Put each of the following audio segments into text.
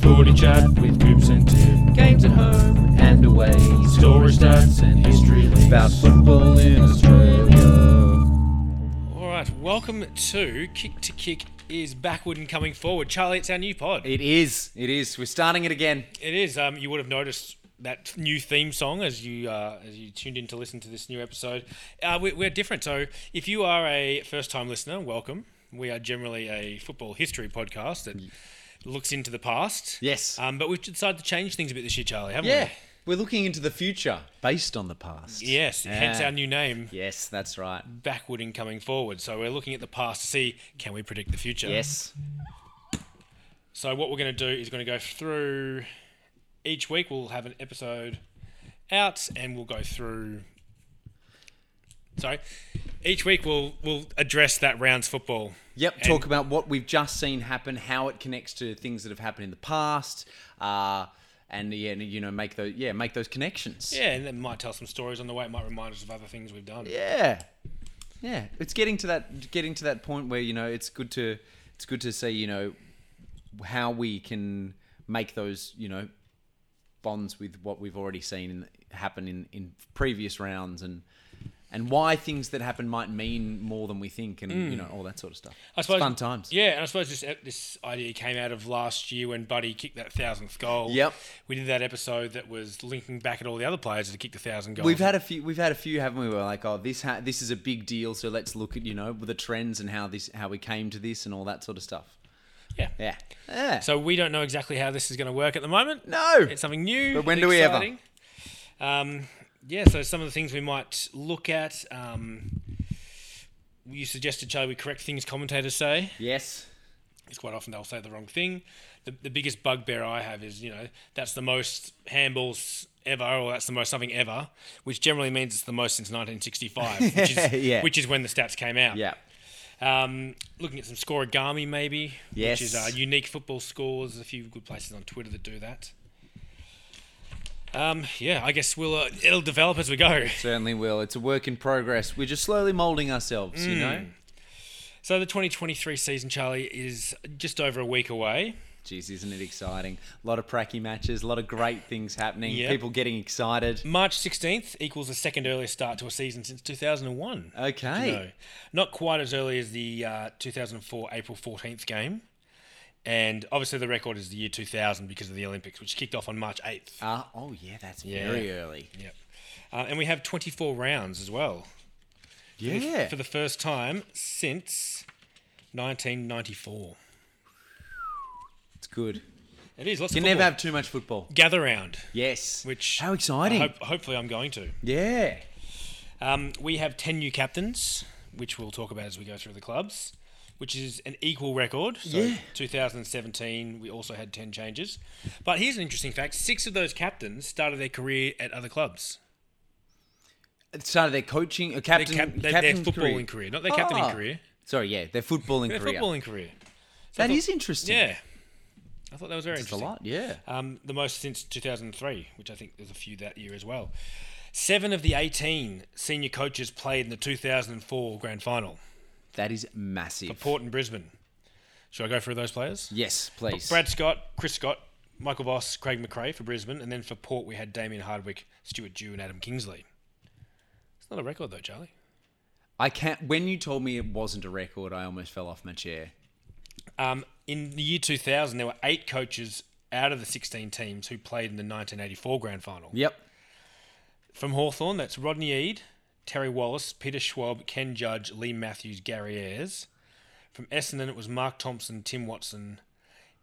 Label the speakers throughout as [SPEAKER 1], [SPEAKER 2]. [SPEAKER 1] Footy chat with Goops and Tim.
[SPEAKER 2] Games at home and away.
[SPEAKER 1] Story stats and history links.
[SPEAKER 2] About football in Australia.
[SPEAKER 3] All right, welcome to Kick to Kick is backward and coming forward. Charlie, it's our new pod.
[SPEAKER 2] It is. It is. We're starting it again.
[SPEAKER 3] It is. Um, you would have noticed that new theme song as you uh, as you tuned in to listen to this new episode. Uh, we, we're different. So if you are a first time listener, welcome. We are generally a football history podcast that looks into the past.
[SPEAKER 2] Yes.
[SPEAKER 3] Um, but we've decided to change things a bit this year, Charlie, haven't
[SPEAKER 2] Yeah. We're looking into the future based on the past. Mm-hmm.
[SPEAKER 3] we? Yes. Hence
[SPEAKER 2] Yeah.
[SPEAKER 3] our new name.
[SPEAKER 2] Yes, that's right.
[SPEAKER 3] Backward and coming forward. So we're looking at the past to see can we predict the future.
[SPEAKER 2] Yes.
[SPEAKER 3] So what we're going to do is going to go through each week. We'll have an episode out, and we'll go through. Sorry, each week we'll we'll address that round's football.
[SPEAKER 2] Yep.
[SPEAKER 3] And-
[SPEAKER 2] Talk about what we've just seen happen, how it connects to things that have happened in the past, uh, and yeah, you know, make those yeah, make those connections.
[SPEAKER 3] Yeah, and it might tell some stories on the way. It might remind us of other things we've done.
[SPEAKER 2] Yeah. Yeah. It's getting to that getting to that point where, you know, it's good to it's good to see, you know, how we can make those, you know, bonds with what we've already seen in, happen in, in previous rounds and and why things that happen might mean more than we think and you know, all that sort of stuff.
[SPEAKER 3] Mm. I suppose
[SPEAKER 2] it's fun times.
[SPEAKER 3] Yeah, and I suppose this this idea came out of last year when Buddy kicked that thousandth goal.
[SPEAKER 2] Yep.
[SPEAKER 3] we did that episode that was linking back at all the other players to kick the thousand goals.
[SPEAKER 2] We've had a few. We've had a few, haven't we? We're like, oh, this ha- this is a big deal. So let's look at you know the trends and how this how we came to this and all that sort of stuff.
[SPEAKER 3] yeah.
[SPEAKER 2] Yeah, yeah.
[SPEAKER 3] So we don't know exactly how this is going to work at the moment.
[SPEAKER 2] no,
[SPEAKER 3] It's something new.
[SPEAKER 2] But when
[SPEAKER 3] and
[SPEAKER 2] do we ever?
[SPEAKER 3] exciting. Um, yeah, so some of the things we might look at. Um, you suggested, Charlie, we correct things commentators say.
[SPEAKER 2] yes.
[SPEAKER 3] It's quite often they'll say the wrong thing. The, the biggest bugbear I have is, you know, that's the most handballs ever, or that's the most something ever, which generally means it's the most since 1965, which is,
[SPEAKER 2] Yeah.
[SPEAKER 3] which is when the stats came out.
[SPEAKER 2] Yeah.
[SPEAKER 3] Um, looking at some scorigami, maybe,
[SPEAKER 2] Yes.
[SPEAKER 3] which is uh, unique football scores. There's a few good places on Twitter that do that. Um, yeah, I guess we'll uh, it'll develop as we go.
[SPEAKER 2] Certainly will. It's a work in progress. We're just slowly molding ourselves, you
[SPEAKER 3] Mm.
[SPEAKER 2] know?
[SPEAKER 3] So the 2023 season, Charlie, is just over a week away.
[SPEAKER 2] Jeez, isn't it exciting? A lot of pracky matches, a lot of great things happening,
[SPEAKER 3] Yep.
[SPEAKER 2] people getting excited.
[SPEAKER 3] March 16th equals the second earliest start to a season since 2001.
[SPEAKER 2] Okay.
[SPEAKER 3] No, not quite as early as the uh, 2004 April 14th game. And obviously, the record is the year 2000 because of the Olympics, which kicked off on March 8th.
[SPEAKER 2] Ah, oh, yeah, that's
[SPEAKER 3] Yeah.
[SPEAKER 2] very early.
[SPEAKER 3] Yep. Uh, and we have 24 rounds as well.
[SPEAKER 2] Yeah.
[SPEAKER 3] For the first time since 1994.
[SPEAKER 2] it's good.
[SPEAKER 3] It is. Lots
[SPEAKER 2] You can
[SPEAKER 3] of
[SPEAKER 2] never
[SPEAKER 3] football.
[SPEAKER 2] have too much football.
[SPEAKER 3] gather round,
[SPEAKER 2] Yes.
[SPEAKER 3] which
[SPEAKER 2] How exciting.
[SPEAKER 3] I hope- hopefully, I'm going to.
[SPEAKER 2] yeah.
[SPEAKER 3] Um, we have 10 new captains, which we'll talk about as we go through the clubs, which is an equal record. So
[SPEAKER 2] Yeah.
[SPEAKER 3] 2017, we also had 10 changes. But here's an interesting fact: six of those captains started their career at other clubs.
[SPEAKER 2] It started their coaching, uh,
[SPEAKER 3] Their,
[SPEAKER 2] captain,
[SPEAKER 3] cap- their, their
[SPEAKER 2] captain's
[SPEAKER 3] footballing career. not their captaining
[SPEAKER 2] Ah.
[SPEAKER 3] career.
[SPEAKER 2] Sorry, yeah, their footballing
[SPEAKER 3] Their
[SPEAKER 2] career.
[SPEAKER 3] footballing career.
[SPEAKER 2] That is interesting.
[SPEAKER 3] Yeah. I thought that was very
[SPEAKER 2] It's a
[SPEAKER 3] interesting.
[SPEAKER 2] lot, yeah.
[SPEAKER 3] Um, the most since 2003, which I think there's a few that year as well. Seven of the 18 senior coaches played in the 2004 grand final,
[SPEAKER 2] That is massive.
[SPEAKER 3] Port and Brisbane. Should I go through those players?
[SPEAKER 2] Yes, please.
[SPEAKER 3] Brad Scott, Chris Scott, Michael Voss, Craig McRae for Brisbane, and then for Port we had Damien Hardwick, Stuart Dew, and Adam Kingsley. It's not a record though, Charlie.
[SPEAKER 2] I can't. When you told me it wasn't a record, I almost fell off my chair.
[SPEAKER 3] Um, in the year 2000, there were eight coaches out of the 16 teams who played in the 1984 grand final.
[SPEAKER 2] Yep.
[SPEAKER 3] From Hawthorn, that's Rodney Eade, Terry Wallace, Peter Schwab, Ken Judge, Lee Matthews, Gary Ayres. From Essendon, it was Mark Thompson, Tim Watson.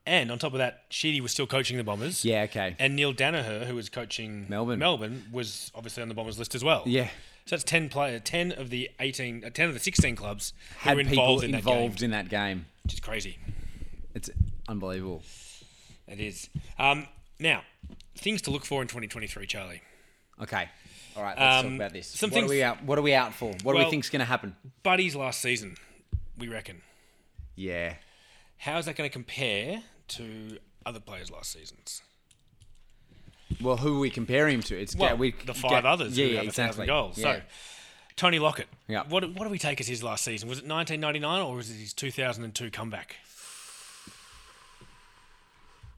[SPEAKER 3] And on top of that, Sheedy was still coaching the Bombers.
[SPEAKER 2] Yeah. Okay.
[SPEAKER 3] And Neil Danaher, who was coaching
[SPEAKER 2] Melbourne.
[SPEAKER 3] Melbourne, was obviously on the Bombers list as well.
[SPEAKER 2] Yeah.
[SPEAKER 3] So that's 10 player, 10 of the 18, uh, 10 of the 16 clubs who
[SPEAKER 2] Had
[SPEAKER 3] were
[SPEAKER 2] people
[SPEAKER 3] involved in that game,
[SPEAKER 2] involved in that game.
[SPEAKER 3] which is crazy.
[SPEAKER 2] It's unbelievable.
[SPEAKER 3] It is. Um, now, things to look for in 2023, Charlie.
[SPEAKER 2] Okay. All right. Let's
[SPEAKER 3] Um,
[SPEAKER 2] talk about this.
[SPEAKER 3] some
[SPEAKER 2] what are
[SPEAKER 3] things-
[SPEAKER 2] we out? What are we out for? What do we
[SPEAKER 3] Well-
[SPEAKER 2] think's going to happen?
[SPEAKER 3] Buddy's last season, we reckon.
[SPEAKER 2] Yeah.
[SPEAKER 3] How is that going to compare to other players' last seasons?
[SPEAKER 2] Well, who we compare him to? It's
[SPEAKER 3] Well,
[SPEAKER 2] yeah, we
[SPEAKER 3] the five
[SPEAKER 2] yeah,
[SPEAKER 3] others
[SPEAKER 2] Yeah.
[SPEAKER 3] who
[SPEAKER 2] yeah
[SPEAKER 3] have a
[SPEAKER 2] exactly.
[SPEAKER 3] thousand goals.
[SPEAKER 2] Yeah.
[SPEAKER 3] So, Tony Lockett.
[SPEAKER 2] Yeah.
[SPEAKER 3] What, what do we take as his last season? Was it 1999 or was it his 2002 comeback?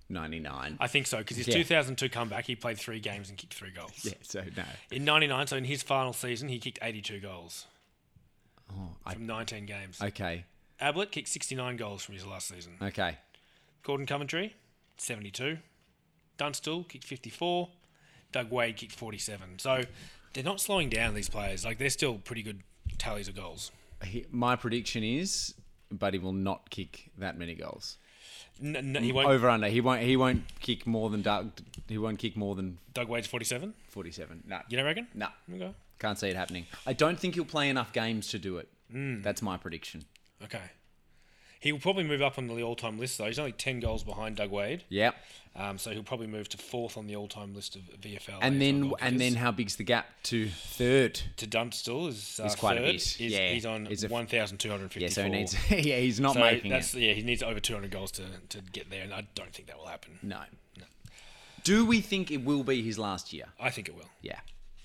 [SPEAKER 2] 99.
[SPEAKER 3] I think so because his
[SPEAKER 2] Yeah.
[SPEAKER 3] 2002 comeback, he played three games and kicked three goals.
[SPEAKER 2] yeah, so no.
[SPEAKER 3] In '99, so in his final season, he kicked 82 goals
[SPEAKER 2] Oh, I,
[SPEAKER 3] from 19 games.
[SPEAKER 2] okay,
[SPEAKER 3] Ablett kicked 69 goals from his last season.
[SPEAKER 2] okay.
[SPEAKER 3] Gordon Coventry, 72. Dunstall kicked 54. Doug Wade kicked 47. So they're not slowing down these players. Like they're still pretty good tallies of goals.
[SPEAKER 2] He, my prediction is, Buddy will not kick that many goals.
[SPEAKER 3] N- n- he won't.
[SPEAKER 2] Mm, Over under. He won't. He won't kick more than Doug. He won't kick more than
[SPEAKER 3] Doug Wade's 47.
[SPEAKER 2] 47. No,
[SPEAKER 3] You don't reckon?
[SPEAKER 2] no,
[SPEAKER 3] Okay.
[SPEAKER 2] can't see it happening. I don't think he'll play enough games to do it.
[SPEAKER 3] Hmm.
[SPEAKER 2] That's my prediction.
[SPEAKER 3] Okay. He will probably move up on the all-time list though. He's only 10 goals behind Doug Wade,
[SPEAKER 2] Yep.
[SPEAKER 3] um, so he'll probably move to fourth on the all-time list of VFL. AFL
[SPEAKER 2] And then
[SPEAKER 3] goal
[SPEAKER 2] and then
[SPEAKER 3] kickers.
[SPEAKER 2] how big's the gap to third?
[SPEAKER 3] to Dunstall is uh,
[SPEAKER 2] Is quite a
[SPEAKER 3] third.
[SPEAKER 2] bit,
[SPEAKER 3] Is-
[SPEAKER 2] yeah.
[SPEAKER 3] he's on
[SPEAKER 2] Is a f-
[SPEAKER 3] 1,254.
[SPEAKER 2] Yeah, so he needs. yeah, he's not
[SPEAKER 3] So
[SPEAKER 2] making
[SPEAKER 3] that's
[SPEAKER 2] it.
[SPEAKER 3] yeah, he needs over 200 goals to, to get there, and I don't think that will happen.
[SPEAKER 2] No. Do we think it will be his last year?
[SPEAKER 3] I think it will.
[SPEAKER 2] Yeah.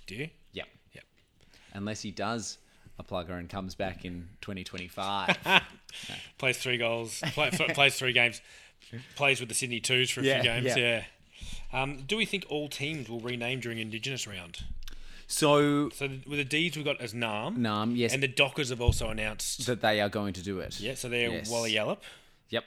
[SPEAKER 3] Do you?
[SPEAKER 2] Yep.
[SPEAKER 3] Yep.
[SPEAKER 2] Unless he does a plugger and comes back in 2025.
[SPEAKER 3] Plays three goals. Play, f- plays three games. Plays with the Sydney Twos for a
[SPEAKER 2] Yeah,
[SPEAKER 3] few
[SPEAKER 2] yeah.
[SPEAKER 3] games. Yeah. Um, do we think all teams will rename during Indigenous round?
[SPEAKER 2] so,
[SPEAKER 3] So th- with the D's, we've got as Nam,
[SPEAKER 2] Nam, yes,
[SPEAKER 3] and the Dockers have also announced.
[SPEAKER 2] that they are going to do it.
[SPEAKER 3] yeah, so they're
[SPEAKER 2] Yes.
[SPEAKER 3] Wally Yallop.
[SPEAKER 2] Yep.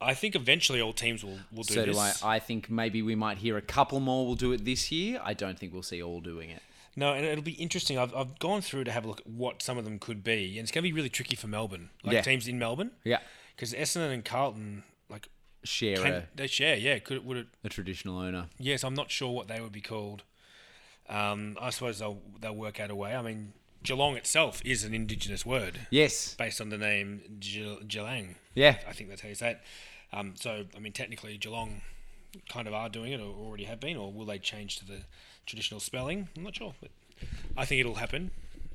[SPEAKER 3] I think eventually all teams will, will do
[SPEAKER 2] So
[SPEAKER 3] this.
[SPEAKER 2] do I. I think maybe we might hear a couple more will do it this year. I don't think we'll see all doing it.
[SPEAKER 3] No, and it'll be interesting. I've, I've gone through to have a look at what some of them could be, and it's going to be really tricky for Melbourne, like
[SPEAKER 2] Yeah.
[SPEAKER 3] teams in Melbourne,
[SPEAKER 2] Yeah.
[SPEAKER 3] because Essendon and Carlton, like,
[SPEAKER 2] Share
[SPEAKER 3] can,
[SPEAKER 2] a,
[SPEAKER 3] they share. Yeah, could it, would it?
[SPEAKER 2] a traditional owner.
[SPEAKER 3] Yes, I'm not sure what they would be called. Um, I suppose they'll they'll work out a way. I mean, Geelong itself is an Indigenous word
[SPEAKER 2] Yes.
[SPEAKER 3] based on the name Ge- Geelang.
[SPEAKER 2] Yeah.
[SPEAKER 3] I think that's how you say it. Um, so, I mean, technically, Geelong kind of are doing it or already have been, or will they change to the traditional spelling? I'm not sure, but I think it'll happen.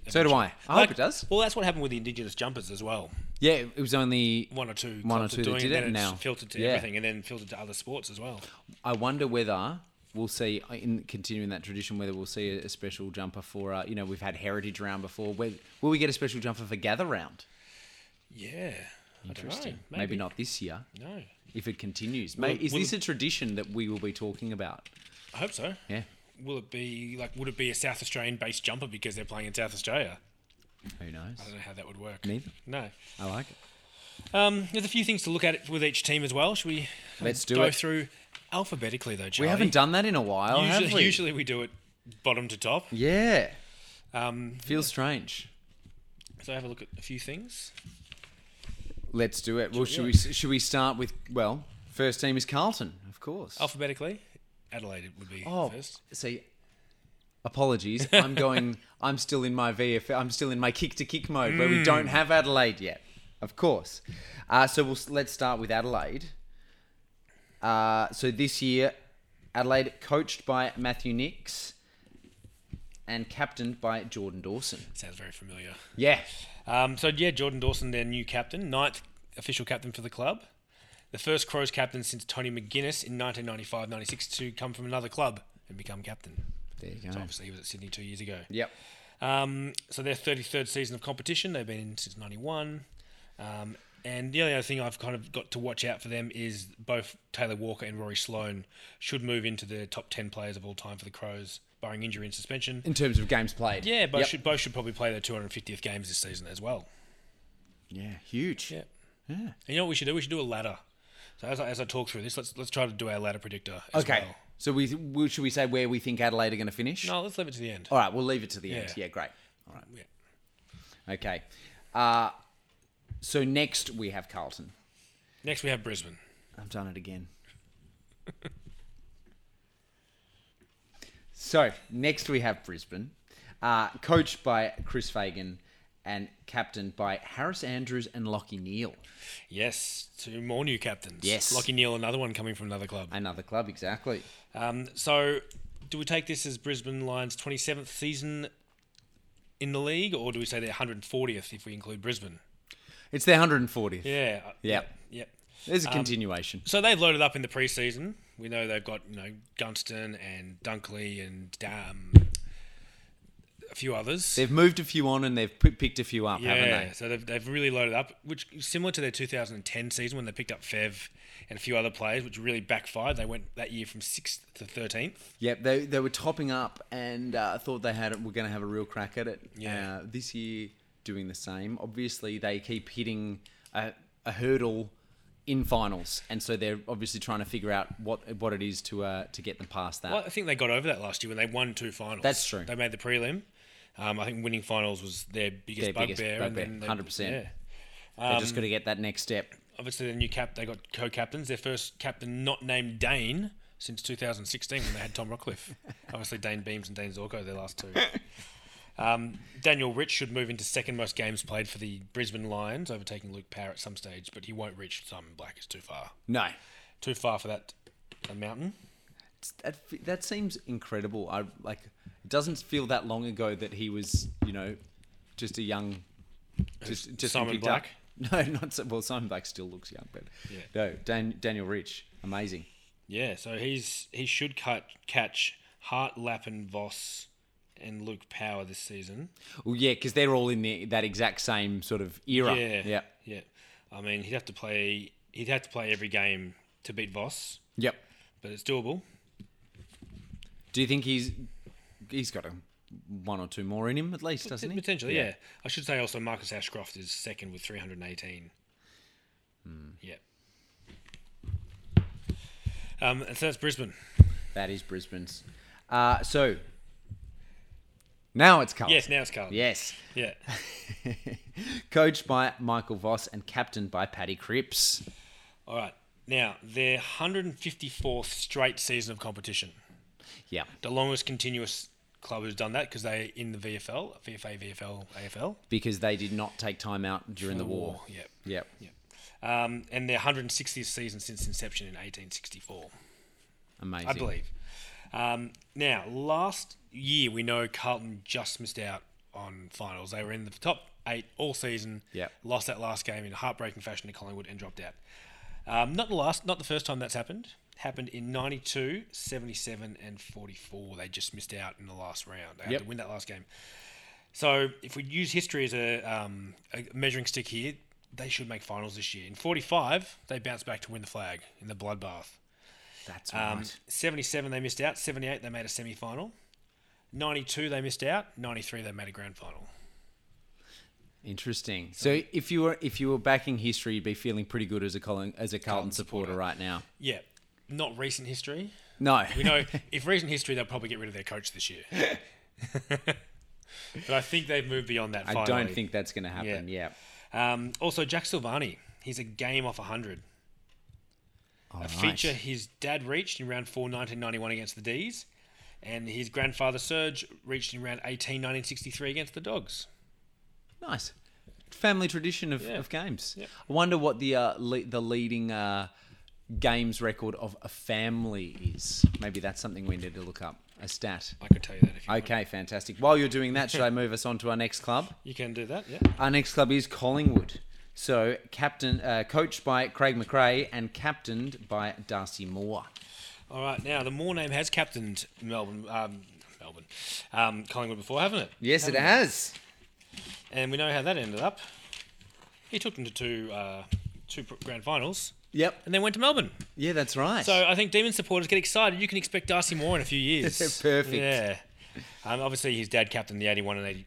[SPEAKER 2] So do I. I hope
[SPEAKER 3] Like-
[SPEAKER 2] it does.
[SPEAKER 3] Well, that's what happened with the Indigenous jumpers as well.
[SPEAKER 2] Yeah. It was only.
[SPEAKER 3] One or two,
[SPEAKER 2] One or
[SPEAKER 3] clubs are
[SPEAKER 2] two that
[SPEAKER 3] doing
[SPEAKER 2] did
[SPEAKER 3] and
[SPEAKER 2] it
[SPEAKER 3] then
[SPEAKER 2] now.
[SPEAKER 3] It's filtered to
[SPEAKER 2] Yeah.
[SPEAKER 3] everything, and then filtered to other sports as well.
[SPEAKER 2] I wonder whether we'll see in continuing that tradition whether we'll see a, a special jumper for. Uh, you know, we've had heritage round before. Where, will we get a special jumper for gather round?
[SPEAKER 3] Yeah,
[SPEAKER 2] Interesting.
[SPEAKER 3] Maybe.
[SPEAKER 2] maybe. not this year.
[SPEAKER 3] No,
[SPEAKER 2] If it continues, May,
[SPEAKER 3] Will-
[SPEAKER 2] is
[SPEAKER 3] will-
[SPEAKER 2] this a tradition that we will be talking about?
[SPEAKER 3] I hope so.
[SPEAKER 2] Yeah.
[SPEAKER 3] Will it be like? Would it be a South Australian-based jumper because they're playing in South Australia?
[SPEAKER 2] Who knows?
[SPEAKER 3] I don't know how that would work.
[SPEAKER 2] Neither.
[SPEAKER 3] No.
[SPEAKER 2] I like it.
[SPEAKER 3] Um, there's a few things to look at with each team as well. Should we
[SPEAKER 2] Let's do
[SPEAKER 3] go
[SPEAKER 2] it.
[SPEAKER 3] through alphabetically though, Charlie?
[SPEAKER 2] We haven't done that in a while,
[SPEAKER 3] Usually,
[SPEAKER 2] have we?
[SPEAKER 3] usually we do it bottom to top.
[SPEAKER 2] Yeah.
[SPEAKER 3] Um,
[SPEAKER 2] Feels strange.
[SPEAKER 3] so have a look at a few things.
[SPEAKER 2] Let's do it. Well, should we should we start with well, first team is Carlton, of course.
[SPEAKER 3] Oh, Alphabetically, Adelaide would be
[SPEAKER 2] Oh.
[SPEAKER 3] first.
[SPEAKER 2] see, apologies. I'm going. I'm still in my VF. I'm still in my kick to kick mode where
[SPEAKER 3] Hmm.
[SPEAKER 2] we don't have Adelaide yet. Of course. Uh, so we'll s- let's start with Adelaide. Uh, so this year, Adelaide coached by Matthew Nix and captained by Jordan Dawson.
[SPEAKER 3] Sounds very familiar.
[SPEAKER 2] Yeah.
[SPEAKER 3] Um, so yeah, Jordan Dawson, their new captain, ninth official captain for the club. The first Crows captain since Tony McGuinness in 1995-96 to come from another club and become captain.
[SPEAKER 2] There you
[SPEAKER 3] So
[SPEAKER 2] go.
[SPEAKER 3] obviously he was at Sydney two years ago.
[SPEAKER 2] Yep.
[SPEAKER 3] Um, so their 33rd season of competition. They've been in since 91. Um, and the only other thing I've kind of got to watch out for them is both Taylor Walker and Rory Sloan should move into the top 10 players of all time for the Crows, barring injury and suspension.
[SPEAKER 2] In terms of games played.
[SPEAKER 3] Yeah, both,
[SPEAKER 2] Yep.
[SPEAKER 3] should, both should probably play their 250th games this season as well.
[SPEAKER 2] Yeah. Huge.
[SPEAKER 3] Yeah.
[SPEAKER 2] Yeah.
[SPEAKER 3] And you know what we should do? We should do a ladder. So as I, as I talk through this, let's let's try to do our ladder predictor as
[SPEAKER 2] Okay.
[SPEAKER 3] well.
[SPEAKER 2] So we, we should we say where we think Adelaide are going to finish?
[SPEAKER 3] No, let's leave it to the end.
[SPEAKER 2] All right, we'll leave it to the end.
[SPEAKER 3] Yeah.
[SPEAKER 2] Yeah, great. All right.
[SPEAKER 3] Yeah.
[SPEAKER 2] Okay. Uh, so next we have Carlton.
[SPEAKER 3] Next, we have Brisbane.
[SPEAKER 2] I've done it again. so next we have Brisbane, uh, coached by Chris Fagan and captained by Harris Andrews and Lockie Neal.
[SPEAKER 3] Yes, two more new captains.
[SPEAKER 2] Yes.
[SPEAKER 3] Lockie Neal, another one coming from another club.
[SPEAKER 2] Another club, exactly.
[SPEAKER 3] Um, so, do we take this as Brisbane Lions' 27th season in the league, or do we say their 140th if we include Brisbane?
[SPEAKER 2] It's their 140th.
[SPEAKER 3] Yeah. Um,
[SPEAKER 2] Yeah.
[SPEAKER 3] Yep.
[SPEAKER 2] There's a continuation.
[SPEAKER 3] So they've loaded up in the preseason. We know they've got you know Gunston and Dunkley and um, a few others.
[SPEAKER 2] They've moved a few on and they've p- picked a few up, haven't
[SPEAKER 3] yeah,
[SPEAKER 2] they?
[SPEAKER 3] so they've, they've really loaded up, which is similar to their 2010 season when they picked up Fev and a few other players, which really backfired. They went that year from sixth to 13th.
[SPEAKER 2] Yep, they, they were topping up and uh, thought they had were going to have a real crack at it.
[SPEAKER 3] Yeah.
[SPEAKER 2] Uh, this year, doing the same. Obviously, they keep hitting a, a hurdle in finals, and so they're obviously trying to figure out what what it is to uh, to get them past that.
[SPEAKER 3] Well, I think they got over that last year when they won two finals.
[SPEAKER 2] That's true.
[SPEAKER 3] They made the prelim. Um, I think winning finals was their biggest
[SPEAKER 2] Their biggest
[SPEAKER 3] bugbear. and
[SPEAKER 2] bugbear,
[SPEAKER 3] then they-
[SPEAKER 2] 100%.
[SPEAKER 3] Yeah.
[SPEAKER 2] They're just got to get that next step.
[SPEAKER 3] Obviously, their new cap. They got co-captains. Their first captain not named Dane since 2016 when they had Tom Rockcliffe. Obviously, Dane Beams and Dane Zorko their last two. Um, Daniel Rich should move into second most games played for the Brisbane Lions, overtaking Luke Power at some stage, but he won't reach Simon Black. It's too far.
[SPEAKER 2] No,
[SPEAKER 3] Too far for that uh, mountain.
[SPEAKER 2] It's- that f- that seems incredible. I like. It doesn't feel that long ago that he was, you know, just a young, just just been
[SPEAKER 3] Simon
[SPEAKER 2] picked
[SPEAKER 3] Black?
[SPEAKER 2] Up. No, not so, well. Simon Black still looks young, but
[SPEAKER 3] Yeah.
[SPEAKER 2] no, Dan, Daniel Rich, amazing.
[SPEAKER 3] Yeah, so he's he should cut, catch Hart, Lappin, Voss, and Luke Power this season.
[SPEAKER 2] Well, yeah, because they're all in the, that exact same sort of era.
[SPEAKER 3] Yeah,
[SPEAKER 2] yeah,
[SPEAKER 3] yeah. I mean, he'd have to play he'd have to play every game to beat Voss,
[SPEAKER 2] yep.
[SPEAKER 3] but it's doable.
[SPEAKER 2] Do you think he's he's got a, one or two more in him at least, doesn't he?
[SPEAKER 3] Potentially, yeah. I should say also Marcus Ashcroft is second with 318. Yeah. Um, and so that's Brisbane.
[SPEAKER 2] That is Brisbane's. Uh, so now it's Carlton.
[SPEAKER 3] Yes, now it's Carlton.
[SPEAKER 2] Yes.
[SPEAKER 3] Yeah.
[SPEAKER 2] Coached by Michael Voss and captained by Paddy Cripps.
[SPEAKER 3] All right. Now, their 154th straight season of competition.
[SPEAKER 2] Yeah.
[SPEAKER 3] the longest continuous club who's done that because they in the VFL, VFA, VFL, AFL.
[SPEAKER 2] Because they did not take time out during the war.
[SPEAKER 3] Yeah.
[SPEAKER 2] Yep.
[SPEAKER 3] Um, and their 160th season since inception in 1864,
[SPEAKER 2] Amazing.
[SPEAKER 3] I believe. Um, now, last year we know Carlton just missed out on finals. They were in the top eight all season.
[SPEAKER 2] Yep.
[SPEAKER 3] Lost that last game in heartbreaking fashion to Collingwood and dropped out. Um, not the last, not the first time that's happened. Happened in 92, 77, and 44. They just missed out in the last round. They had
[SPEAKER 2] Yep.
[SPEAKER 3] to win that last game. So if we use history as a, um, a measuring stick here, they should make finals this year. In 45, they bounced back to win the flag in the bloodbath.
[SPEAKER 2] That's
[SPEAKER 3] Um,
[SPEAKER 2] right.
[SPEAKER 3] 77, they missed out. 78, they made a semi final. 92, they missed out. 93, they made a grand final.
[SPEAKER 2] Interesting. So if you were if you were backing history, you'd be feeling pretty good as a Colin, as a Carlton, supporter right now.
[SPEAKER 3] Yeah, not recent history.
[SPEAKER 2] No.
[SPEAKER 3] We know if recent history, they'll probably get rid of their coach this year. but I think they've moved beyond that.
[SPEAKER 2] I
[SPEAKER 3] Finally.
[SPEAKER 2] don't think that's going to happen. Yeah.
[SPEAKER 3] Um, also, Jack Silvani, he's a game off 100.
[SPEAKER 2] All
[SPEAKER 3] a
[SPEAKER 2] right.
[SPEAKER 3] feature his dad reached in round 4 1991 against the D's, and his grandfather Serge reached in round 18 1963 against the Dogs.
[SPEAKER 2] Nice. Family tradition of,
[SPEAKER 3] Yeah.
[SPEAKER 2] of games.
[SPEAKER 3] Yep.
[SPEAKER 2] I wonder what the uh, le- the leading uh, games record of a family is. Maybe that's something we need to look up. A stat.
[SPEAKER 3] I could tell you that if you want.
[SPEAKER 2] Okay, fantastic. While you're doing that, should I move us on to our next club?
[SPEAKER 3] You can do that, yeah.
[SPEAKER 2] Our next club is Collingwood. So, captain, uh, coached by Craig McRae and captained by Darcy Moore.
[SPEAKER 3] All right, now the Moore name has captained Melbourne, um, Melbourne, um, Collingwood before, haven't it?
[SPEAKER 2] Yes, it
[SPEAKER 3] Haven't
[SPEAKER 2] has.
[SPEAKER 3] And we know how that ended up. He took them to two, uh, two pr- grand finals,
[SPEAKER 2] Yep.
[SPEAKER 3] and then went to Melbourne.
[SPEAKER 2] Yeah, that's right.
[SPEAKER 3] So I think Demon supporters get excited. You can expect Darcy Moore in a few years.
[SPEAKER 2] Perfect.
[SPEAKER 3] Yeah. Um, obviously, his dad captained the 81 and 80,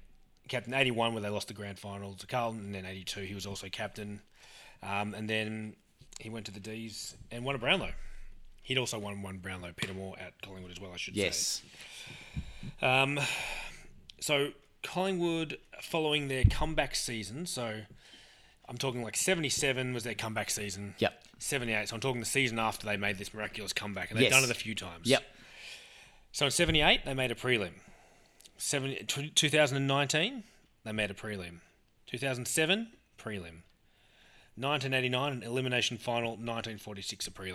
[SPEAKER 3] captain 81 where they lost the grand final to Carlton, and then 82 he was also captain. Um, and then he went to the D's and won a Brownlow. He'd also won one Brownlow, Peter Moore at Collingwood as well, I should say.
[SPEAKER 2] yes.
[SPEAKER 3] Um, so Collingwood, following their comeback season, so I'm talking like 77 was their comeback season.
[SPEAKER 2] Yep.
[SPEAKER 3] 78. So I'm talking the season after they made this miraculous comeback, and they've
[SPEAKER 2] Yes.
[SPEAKER 3] done it a few times.
[SPEAKER 2] Yep.
[SPEAKER 3] So in 78, they made a prelim. Seven, tw 2019, they made a prelim. 2007, prelim. 1989, an elimination final. 1946, a prelim.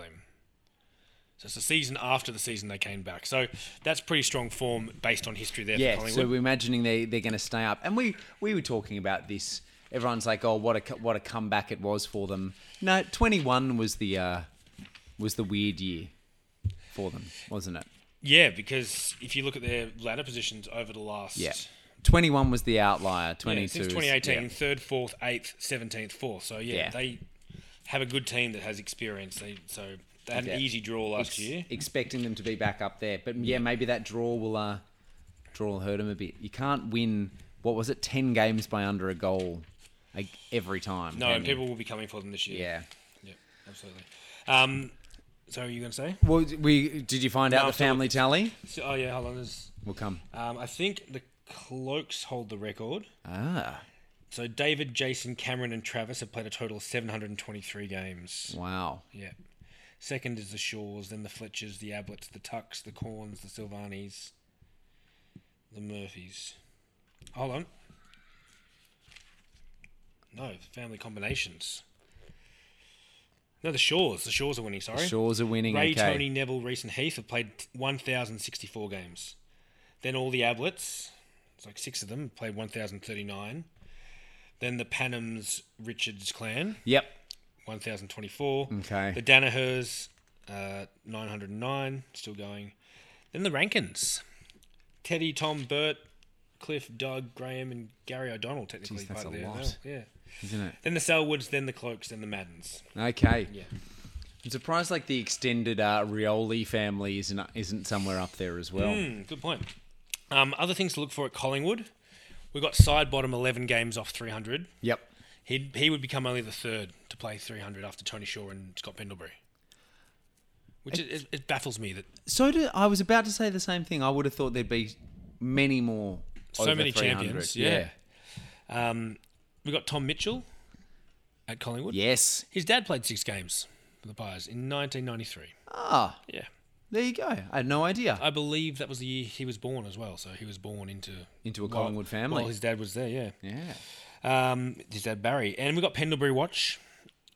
[SPEAKER 3] So it's the season after the season they came back. So that's pretty strong form based on history there for
[SPEAKER 2] Yeah,
[SPEAKER 3] Collingwood.
[SPEAKER 2] so we're imagining they they're going to stay up, and we we were talking about this. Everyone's like, "Oh, what a co- what a comeback it was for them." No, twenty one was the uh, was the weird year for them, wasn't it?
[SPEAKER 3] Yeah, because if you look at their ladder positions over the last
[SPEAKER 2] Yeah. 21 was the outlier. 22
[SPEAKER 3] Yeah, since
[SPEAKER 2] is-
[SPEAKER 3] 2018,
[SPEAKER 2] yeah.
[SPEAKER 3] third, fourth, eighth, seventeenth, fourth. So yeah,
[SPEAKER 2] Yeah.
[SPEAKER 3] they have a good team that has experience. They so they had
[SPEAKER 2] Yeah.
[SPEAKER 3] an easy draw last
[SPEAKER 2] Ex-
[SPEAKER 3] year.
[SPEAKER 2] Expecting them to be back up there, but
[SPEAKER 3] Hmm.
[SPEAKER 2] yeah, maybe that draw will uh, draw will hurt them a bit. You can't win. What was it? Ten games by under a goal, like every time.
[SPEAKER 3] No,
[SPEAKER 2] can
[SPEAKER 3] and
[SPEAKER 2] you?
[SPEAKER 3] people will be coming for them this year.
[SPEAKER 2] Yeah.
[SPEAKER 3] yeah, absolutely. Um, so are you gonna say?
[SPEAKER 2] Well, we did you find
[SPEAKER 3] No,
[SPEAKER 2] out the
[SPEAKER 3] I've still-
[SPEAKER 2] family tally?
[SPEAKER 3] So, oh yeah, hold on. There's,
[SPEAKER 2] We'll come.
[SPEAKER 3] um, I think the Cloaks hold the record.
[SPEAKER 2] Ah,
[SPEAKER 3] So David, Jason, Cameron, and Travis have played a total of 723 games.
[SPEAKER 2] wow.
[SPEAKER 3] Yeah. Second is the Shores, then the Fletchers, the Ablets, the Tucks, the Corns, the Sylvanis, the Murphys. Hold on. No, family combinations. No, the Shores. The Shores are winning, sorry.
[SPEAKER 2] Shores are winning.
[SPEAKER 3] Ray,
[SPEAKER 2] okay.
[SPEAKER 3] Tony, Neville, Reese, and Heath have played 1,064 games. Then all the Ablets, it's like six of them, played 1,039. Then the Panhams, Richards clan,
[SPEAKER 2] Yep.
[SPEAKER 3] 1,024.
[SPEAKER 2] Okay.
[SPEAKER 3] The Danahers, uh, 909, still going. Then the Rankins, Teddy, Tom, Bert, Cliff, Doug, Graham, and Gary O'Donnell, technically.
[SPEAKER 2] Jeez, that's
[SPEAKER 3] part of
[SPEAKER 2] a
[SPEAKER 3] the
[SPEAKER 2] lot.
[SPEAKER 3] NRL, Yeah.
[SPEAKER 2] Isn't it?
[SPEAKER 3] Then the Selwoods, then the Cloaks, then the Maddens.
[SPEAKER 2] Okay.
[SPEAKER 3] Yeah.
[SPEAKER 2] I'm surprised like the extended uh, Rioli family isn't isn't somewhere up there as well.
[SPEAKER 3] Hmm, good point. Um, other things to look for at Collingwood. We've got side bottom 11 games off 300.
[SPEAKER 2] Yep.
[SPEAKER 3] He'd, he would become only the third to play 300 after Tony Shaw and Scott Pendlebury. Which it, it, it baffles me that
[SPEAKER 2] So do, I was about to say the same thing. I would have thought there'd be many more.
[SPEAKER 3] So
[SPEAKER 2] over
[SPEAKER 3] many
[SPEAKER 2] 300.
[SPEAKER 3] champions, yeah. Um, we got Tom Mitchell at Collingwood.
[SPEAKER 2] Yes.
[SPEAKER 3] His dad played six games for the Pies in 1993.
[SPEAKER 2] Ah,
[SPEAKER 3] Yeah.
[SPEAKER 2] there you go. I had no idea.
[SPEAKER 3] I believe that was the year he was born as well. So he was born into
[SPEAKER 2] Into a
[SPEAKER 3] while-
[SPEAKER 2] Collingwood family.
[SPEAKER 3] While his dad was there, yeah.
[SPEAKER 2] yeah.
[SPEAKER 3] Um, his dad Barry, and we got Pendlebury Watch.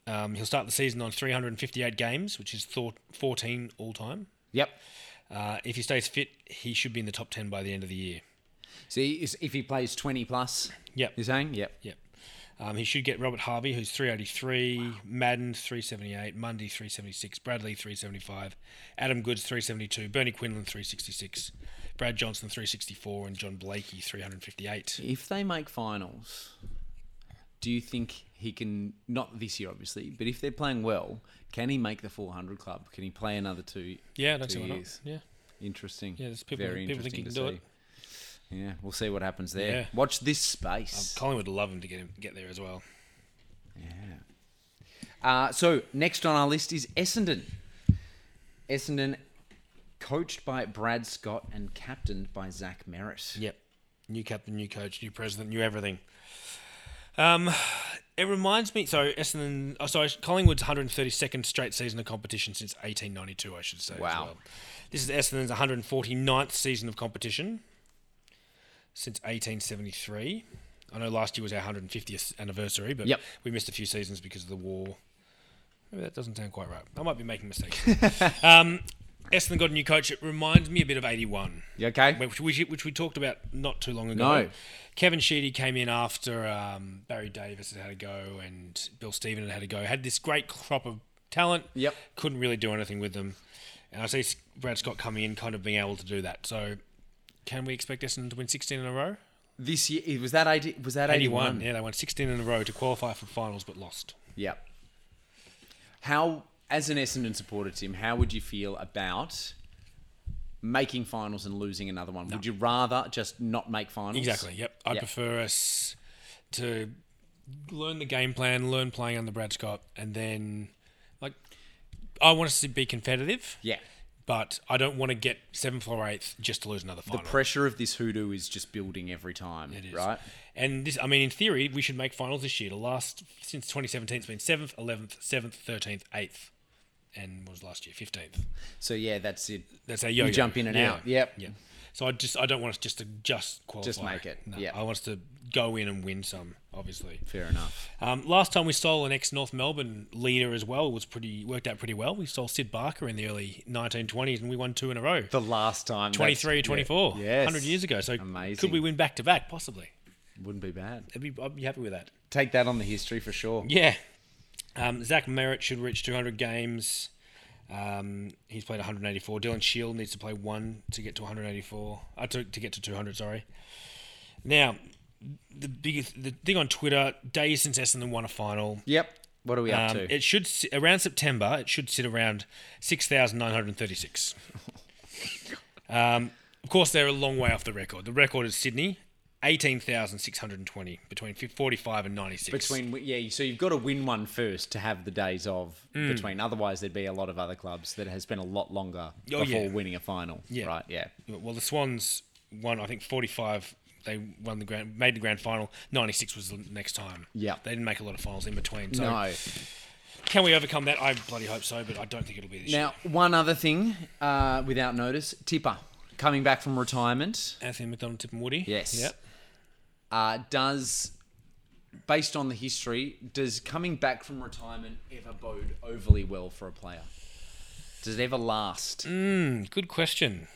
[SPEAKER 3] Um, he'll start the season on 358 games, which is thor- 14 all time.
[SPEAKER 2] Yep.
[SPEAKER 3] Uh, if he stays fit, he should be in the top 10 by the end of the year.
[SPEAKER 2] See, is- if he plays 20 plus,
[SPEAKER 3] Yep.
[SPEAKER 2] you're saying? Yep.
[SPEAKER 3] Yep. Um, he should get Robert Harvey, who's 383, Madden 378, Mundy 376, Bradley 375, Adam Goods 372, Bernie Quinlan 366, Brad Johnson 364, and John Blakey 358.
[SPEAKER 2] If they make finals, do you think he can, not this year obviously, but if they're playing well, can he make the 400 club? Can he play another two?
[SPEAKER 3] Yeah, I don't
[SPEAKER 2] Two
[SPEAKER 3] see why not.
[SPEAKER 2] years.
[SPEAKER 3] Yeah,
[SPEAKER 2] Interesting.
[SPEAKER 3] yeah. There's people,
[SPEAKER 2] Very
[SPEAKER 3] people think
[SPEAKER 2] interesting
[SPEAKER 3] he can
[SPEAKER 2] to
[SPEAKER 3] do
[SPEAKER 2] see.
[SPEAKER 3] it.
[SPEAKER 2] Yeah, we'll see what happens there.
[SPEAKER 3] Yeah.
[SPEAKER 2] Watch this space.
[SPEAKER 3] Collingwood would love him to get him get there as well.
[SPEAKER 2] Uh, so next on our list is Essendon. Essendon, coached by Brad Scott and captained by Zach Merritt.
[SPEAKER 3] Yep. New captain, new coach, new president, new everything. Um, it reminds me. So Essendon, oh, sorry, Collingwood's 132nd straight season of competition since 1892, I should say. as
[SPEAKER 2] Wow.
[SPEAKER 3] well. This is Essendon's 149th season of competition since 1873. I know last year was our 150th anniversary, but
[SPEAKER 2] Yep.
[SPEAKER 3] we missed a few seasons because of the war. Maybe that doesn't sound quite right. I might be making mistakes. um, Essendon got a new coach. It reminds me a bit of 81
[SPEAKER 2] You okay?
[SPEAKER 3] which we, which we talked about not too long ago.
[SPEAKER 2] No.
[SPEAKER 3] Kevin Sheedy came in after um, Barry Davis had had a go and Bill Steven had had a go. Had this great crop of talent.
[SPEAKER 2] Yep.
[SPEAKER 3] Couldn't really do anything with them. And I see Brad Scott coming in, kind of being able to do that. So, can we expect Essendon to win 16 in a row?
[SPEAKER 2] This year it- was that 80, was that
[SPEAKER 3] 81.
[SPEAKER 2] 81?
[SPEAKER 3] Yeah, they won 16 in a row to qualify for finals but lost.
[SPEAKER 2] Yep. How, as an Essendon supporter, Tim, how would you feel about making finals and losing another one? Would you rather just not make finals?
[SPEAKER 3] Exactly. Yep. I
[SPEAKER 2] Yep.
[SPEAKER 3] prefer us to learn the game plan, learn playing under Brad Scott, and then like I want us to be competitive,
[SPEAKER 2] Yeah.
[SPEAKER 3] but I don't want to get seventh or eighth just to lose another
[SPEAKER 2] The
[SPEAKER 3] final.
[SPEAKER 2] pressure of this hoodoo is just building every time,
[SPEAKER 3] It is.
[SPEAKER 2] right?
[SPEAKER 3] And this, I mean, in theory, we should make finals this year. The last since 2017, it's been seventh, eleventh, seventh, thirteenth, eighth, and what was last year fifteenth.
[SPEAKER 2] So yeah, that's it.
[SPEAKER 3] That's our yo-yo.
[SPEAKER 2] jump in and
[SPEAKER 3] Yeah.
[SPEAKER 2] out. Yep.
[SPEAKER 3] Yeah. So I just I don't want us just to just qualify.
[SPEAKER 2] make it.
[SPEAKER 3] No,
[SPEAKER 2] Yeah.
[SPEAKER 3] I want us to go in and win some, obviously.
[SPEAKER 2] Fair enough.
[SPEAKER 3] Um, last time we stole an ex North Melbourne leader as well was pretty worked out pretty well. We stole Sid Barker in the early 1920s and we won two in a row.
[SPEAKER 2] The last time. that's-
[SPEAKER 3] 23, 24,
[SPEAKER 2] Yeah. Yes.
[SPEAKER 3] 100 years ago. So
[SPEAKER 2] Amazing.
[SPEAKER 3] could we win back to back? Possibly.
[SPEAKER 2] Wouldn't be bad.
[SPEAKER 3] I'd be, I'd be happy with that.
[SPEAKER 2] Take that on the history for sure.
[SPEAKER 3] Yeah. Um, Zach Merritt should reach 200 games. Um, he's played 184. Dylan Shield needs to play one to get to 184. Uh, to, to get to 200, sorry. Now, the biggest the thing on Twitter, days since Essendon won a final.
[SPEAKER 2] Yep. What are we up
[SPEAKER 3] Um,
[SPEAKER 2] to?
[SPEAKER 3] it should si- around September. It should sit around six thousand nine hundred thirty-six. um, of course, they're a long way off the record. The record is Sydney, eighteen thousand six hundred twenty between fif- forty-five and ninety-six.
[SPEAKER 2] between yeah, so you've got to win one first to have the days of
[SPEAKER 3] Mm.
[SPEAKER 2] between. Otherwise, there'd be a lot of other clubs that has been a lot longer
[SPEAKER 3] Oh,
[SPEAKER 2] before
[SPEAKER 3] yeah.
[SPEAKER 2] winning a final.
[SPEAKER 3] Yeah.
[SPEAKER 2] Right. Yeah.
[SPEAKER 3] well, the Swans won. I think forty-five. They won the grand, made the grand final. Ninety-six was the next time.
[SPEAKER 2] Yeah.
[SPEAKER 3] they didn't make a lot of finals in between. So
[SPEAKER 2] No.
[SPEAKER 3] can we overcome that? I bloody hope so, but I don't think it'll be this year.
[SPEAKER 2] Now, one other thing, uh, without notice, Tipper coming back from retirement.
[SPEAKER 3] Anthony McDonald, Tip and Woody.
[SPEAKER 2] Yes.
[SPEAKER 3] Yep.
[SPEAKER 2] uh, does, based on the history, does coming back from retirement ever bode overly well for a player? Does it ever last?
[SPEAKER 3] Mm. Good question.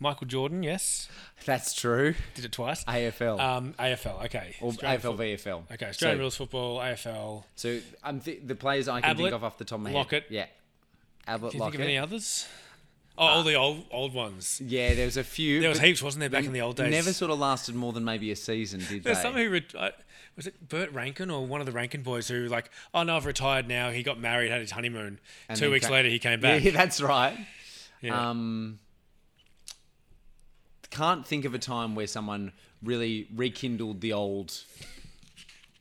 [SPEAKER 3] Michael Jordan, yes,
[SPEAKER 2] That's true.
[SPEAKER 3] did it twice.
[SPEAKER 2] AFL
[SPEAKER 3] um, AFL, okay.
[SPEAKER 2] or
[SPEAKER 3] Australian
[SPEAKER 2] AFL
[SPEAKER 3] foot-
[SPEAKER 2] VFL.
[SPEAKER 3] Okay, Australian
[SPEAKER 2] so,
[SPEAKER 3] rules football, AFL.
[SPEAKER 2] so um, th- the players I can
[SPEAKER 3] Ablett,
[SPEAKER 2] think of off the top of my head.
[SPEAKER 3] Lockett.
[SPEAKER 2] Yeah. Ablett
[SPEAKER 3] Do you think of any
[SPEAKER 2] Lockett.
[SPEAKER 3] others? Oh, all the old old ones.
[SPEAKER 2] Yeah, there was a few.
[SPEAKER 3] There was
[SPEAKER 2] Uh, but
[SPEAKER 3] heaps, wasn't there, back in the old days?
[SPEAKER 2] Never sort of lasted more than maybe a season, did
[SPEAKER 3] There's
[SPEAKER 2] they?
[SPEAKER 3] some who re- I, was it Bert Rankin or one of the Rankin boys who like, oh no, I've retired now. He got married, had his honeymoon.
[SPEAKER 2] And
[SPEAKER 3] Two
[SPEAKER 2] then
[SPEAKER 3] weeks
[SPEAKER 2] ca-
[SPEAKER 3] later, he came back.
[SPEAKER 2] Yeah, that's right.
[SPEAKER 3] Yeah.
[SPEAKER 2] Um, can't think of a time where someone really rekindled the old.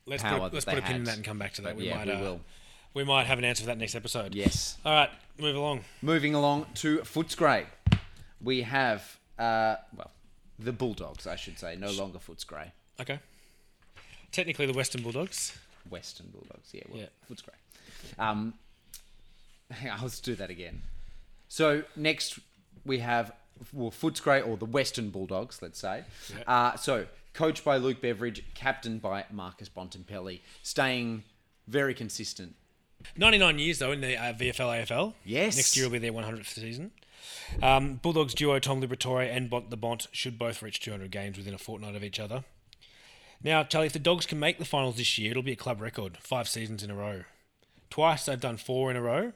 [SPEAKER 3] let's
[SPEAKER 2] power
[SPEAKER 3] put, a-
[SPEAKER 2] that
[SPEAKER 3] let's
[SPEAKER 2] they
[SPEAKER 3] put a pin in
[SPEAKER 2] had.
[SPEAKER 3] that and come back to that.
[SPEAKER 2] But yeah, we
[SPEAKER 3] uh,
[SPEAKER 2] will.
[SPEAKER 3] We might have an answer for that next episode.
[SPEAKER 2] Yes.
[SPEAKER 3] All right, move along.
[SPEAKER 2] Moving along to Footscray, we have uh, well, the Bulldogs, I should say, no longer Footscray,
[SPEAKER 3] Okay. Technically, the Western Bulldogs.
[SPEAKER 2] Western Bulldogs. Yeah, well,
[SPEAKER 3] Yeah.
[SPEAKER 2] Footscray. Um, hang on, let's do that again. So next we have well, Footscray or the Western Bulldogs, let's say. Uh, so coached by Luke Beveridge, captained by Marcus Bontempelli, staying very consistent.
[SPEAKER 3] 99 years though in the uh, VFL AFL.
[SPEAKER 2] Yes.
[SPEAKER 3] Next year will be their 100th season. Um, Bulldogs duo Tom Liberatore and Bont the Bont should both reach 200 games within a fortnight of each other. Now, Charlie, if the Dogs can make the finals this year, it'll be a club record, five seasons in a row. Twice they've done four in a row,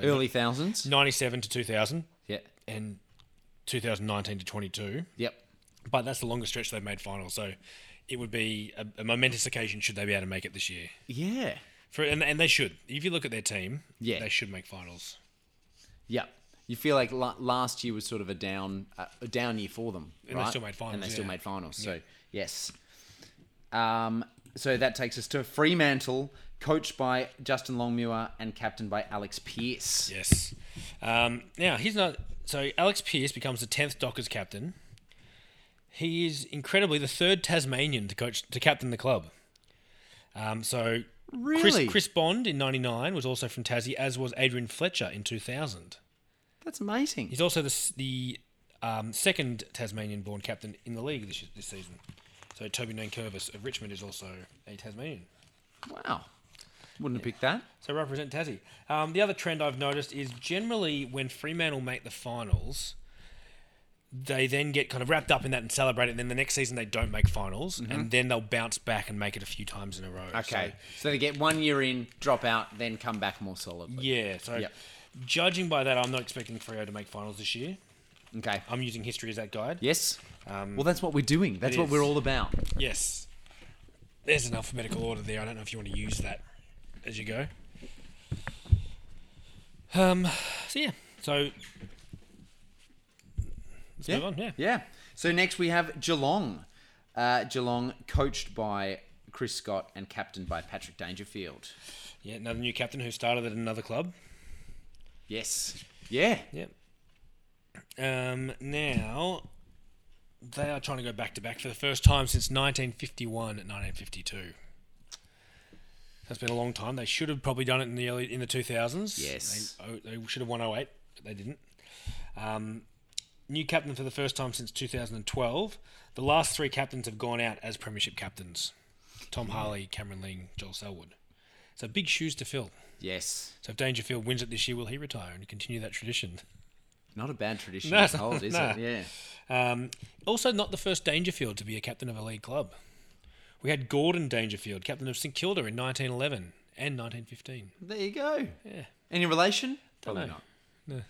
[SPEAKER 2] Early thousands.
[SPEAKER 3] 97 to 2000
[SPEAKER 2] Yeah.
[SPEAKER 3] and 2019 to 22.
[SPEAKER 2] Yep.
[SPEAKER 3] But that's the longest stretch they've made finals, so it would be a, a momentous occasion should they be able to make it this year.
[SPEAKER 2] Yeah.
[SPEAKER 3] For and, and they should. If you look at their team,
[SPEAKER 2] Yeah.
[SPEAKER 3] they should make finals.
[SPEAKER 2] Yep. You feel like la- last year was sort of a down uh, a down year for them,
[SPEAKER 3] And they
[SPEAKER 2] right?
[SPEAKER 3] still made finals,
[SPEAKER 2] And they still
[SPEAKER 3] yeah.
[SPEAKER 2] made finals. So yes. Um, so that takes us to Fremantle, coached by Justin Longmuir and captained by Alex Pearce.
[SPEAKER 3] Yes. Um, now he's not. So Alex Pearce becomes the tenth Dockers captain. He is incredibly the third Tasmanian to coach to captain the club. Um, so
[SPEAKER 2] Really?
[SPEAKER 3] Chris, Chris Bond in '99 was also from Tassie, as was Adrian Fletcher in 2000.
[SPEAKER 2] That's amazing.
[SPEAKER 3] He's also the s- the um, second Tasmanian-born captain in the league this this season. So Toby Nankervis of Richmond is also a Tasmanian.
[SPEAKER 2] Wow. Wouldn't have picked that.
[SPEAKER 3] So represent Tassie. Um, the other trend I've noticed is generally when Fremantle make the finals, they then get kind of wrapped up in that and celebrate it. And then the next season they don't make finals, and then they'll bounce back and make it a few times in a row.
[SPEAKER 2] Okay.
[SPEAKER 3] So-
[SPEAKER 2] So, they get one year in, drop out, then come back more solidly.
[SPEAKER 3] yeah. So
[SPEAKER 2] Yep.
[SPEAKER 3] judging by that, I'm not expecting Freo to make finals this year.
[SPEAKER 2] Okay.
[SPEAKER 3] I'm using history as that guide.
[SPEAKER 2] Yes.
[SPEAKER 3] Um,
[SPEAKER 2] well, that's what we're doing. That's
[SPEAKER 3] it
[SPEAKER 2] what
[SPEAKER 3] is.
[SPEAKER 2] we're all about.
[SPEAKER 3] Yes. There's an alphabetical order there. I don't know if you want to use that as you go. Um. So yeah. So. Let's move on. Yeah.
[SPEAKER 2] Yeah. So next we have Geelong. Uh, Geelong, coached by Chris Scott and captained by Patrick Dangerfield.
[SPEAKER 3] Yeah, another new captain who started at another club.
[SPEAKER 2] Yes. Yeah.
[SPEAKER 3] Yep. Um, now they are trying to go back to back for the first time since 1951 and 1952. That's been a long time. They should have probably done it in the early in the 2000s.
[SPEAKER 2] Yes.
[SPEAKER 3] They, oh, they should have won 08, but they didn't. Um, new captain for the first time since 2012. The last three captains have gone out as premiership captains. Tom Harley, Cameron Ling, Joel Selwood. So big shoes to fill.
[SPEAKER 2] Yes.
[SPEAKER 3] So if Dangerfield wins it this year, will he retire and continue that tradition?
[SPEAKER 2] Not a bad tradition
[SPEAKER 3] No,
[SPEAKER 2] to hold, is
[SPEAKER 3] no.
[SPEAKER 2] it? Yeah.
[SPEAKER 3] Um, also, not the first Dangerfield to be a captain of a league club. We had Gordon Dangerfield, captain of St Kilda in 1911 and 1915.
[SPEAKER 2] There you go.
[SPEAKER 3] Yeah.
[SPEAKER 2] Any relation?
[SPEAKER 3] Don't know.
[SPEAKER 2] Probably
[SPEAKER 3] No.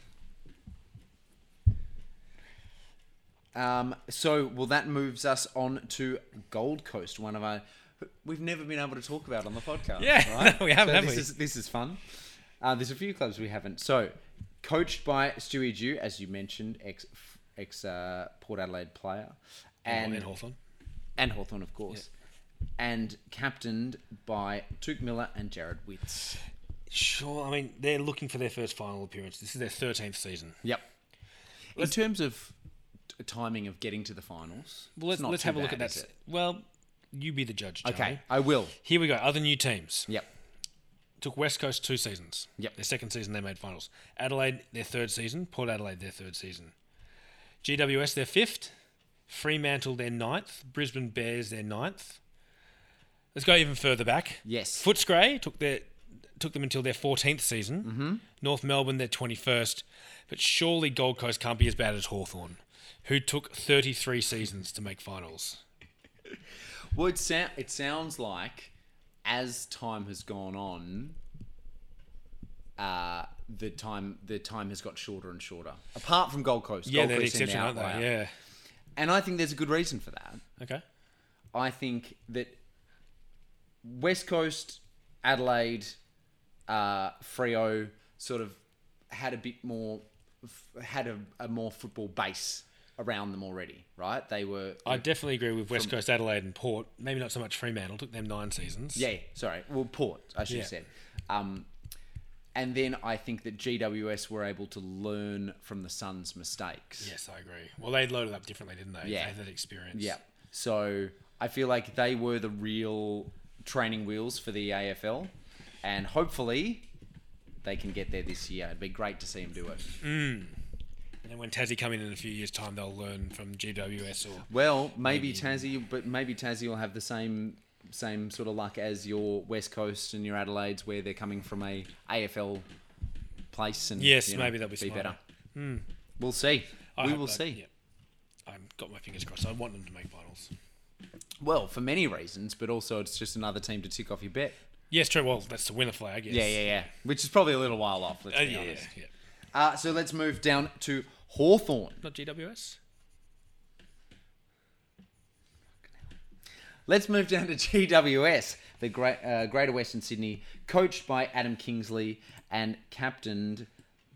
[SPEAKER 2] not. Um, so, well, that moves us on to Gold Coast, one of our we've never been able to talk about on the podcast.
[SPEAKER 3] Yeah,
[SPEAKER 2] right?
[SPEAKER 3] no, we
[SPEAKER 2] So
[SPEAKER 3] haven't, have
[SPEAKER 2] this
[SPEAKER 3] we?
[SPEAKER 2] Is, this is fun. Uh, there's a few clubs we haven't. So, coached by Stewie Jew, as you mentioned, ex ex uh, Port Adelaide player,
[SPEAKER 3] And,
[SPEAKER 2] and
[SPEAKER 3] and Hawthorne.
[SPEAKER 2] and Hawthorn, of course, and captained by Tuke Miller and Jared Witts.
[SPEAKER 3] Sure. I mean, they're looking for their first final appearance. This is their 13th season.
[SPEAKER 2] Yep. In terms of t- timing of getting to the finals,
[SPEAKER 3] Well,
[SPEAKER 2] it's
[SPEAKER 3] let's,
[SPEAKER 2] not
[SPEAKER 3] let's
[SPEAKER 2] too
[SPEAKER 3] have a look
[SPEAKER 2] bad,
[SPEAKER 3] at that.
[SPEAKER 2] is
[SPEAKER 3] s-
[SPEAKER 2] it?
[SPEAKER 3] Well, you be the judge.
[SPEAKER 2] Okay,
[SPEAKER 3] Charlie.
[SPEAKER 2] I will.
[SPEAKER 3] Here we go. Other new teams.
[SPEAKER 2] Yep.
[SPEAKER 3] Took West Coast two seasons.
[SPEAKER 2] Yep.
[SPEAKER 3] Their second season, they made finals. Adelaide, their third season. Port Adelaide, their third season. GWS, their fifth. Fremantle, their ninth. Brisbane Bears, their ninth. Let's go even further back.
[SPEAKER 2] Yes.
[SPEAKER 3] Footscray took their took them until their 14th season. Mm-hmm. North Melbourne, their 21st. But surely Gold Coast can't be as bad as Hawthorn, who took 33 seasons to make finals.
[SPEAKER 2] Well, it, sound, it sounds like as time has gone on, uh, the time the time has got shorter and shorter. Apart from Gold Coast,
[SPEAKER 3] Yeah,
[SPEAKER 2] Gold
[SPEAKER 3] they're the
[SPEAKER 2] Coast seemed the
[SPEAKER 3] exception, aren't
[SPEAKER 2] outlier.
[SPEAKER 3] they?
[SPEAKER 2] And I think there's a good reason for that.
[SPEAKER 3] Yeah. Okay.
[SPEAKER 2] I think that West Coast, Adelaide, uh, Frio sort of had a bit more, f- had a, a more football base around them already, right? They were.
[SPEAKER 3] I definitely agree with West Coast, Adelaide, and Port. Maybe not so much Fremantle. Took them nine seasons.
[SPEAKER 2] Yeah, sorry. Well, Port, I should
[SPEAKER 3] Yeah.
[SPEAKER 2] have said. Um, and then I think that GWS were able to learn from the Suns' mistakes.
[SPEAKER 3] Yes, I agree. Well, they loaded up differently, didn't they?
[SPEAKER 2] Yeah.
[SPEAKER 3] They had that experience.
[SPEAKER 2] Yeah. So I feel like they were the real training wheels for the AFL, and hopefully they can get there this year. It'd be great to see them do it.
[SPEAKER 3] And then when Tassie come in in a few years' time, they'll learn from GWS or
[SPEAKER 2] Well, maybe, Tassie, but maybe Tassie will have the same same sort of luck as your West Coast and your Adelaide's, where they're coming from a AFL place. And
[SPEAKER 3] Yes,
[SPEAKER 2] you know,
[SPEAKER 3] maybe they'll be smarter. Hmm.
[SPEAKER 2] We'll see.
[SPEAKER 3] I
[SPEAKER 2] we
[SPEAKER 3] hope
[SPEAKER 2] will
[SPEAKER 3] that-
[SPEAKER 2] see.
[SPEAKER 3] Yeah. I've got my fingers crossed. I want them to make finals.
[SPEAKER 2] Well, for many reasons, but also it's just another team to tick off your bet.
[SPEAKER 3] Yes, true. Well, that's the winner flag. Yes.
[SPEAKER 2] Yeah, yeah, yeah. Which is probably a little while off. Let's
[SPEAKER 3] Uh,
[SPEAKER 2] be
[SPEAKER 3] yeah,
[SPEAKER 2] honest.
[SPEAKER 3] yeah.
[SPEAKER 2] Uh, so let's move down to Hawthorn.
[SPEAKER 3] Not GWS.
[SPEAKER 2] Let's move down to GWS, the great, uh, Greater Western Sydney, coached by Adam Kingsley and captained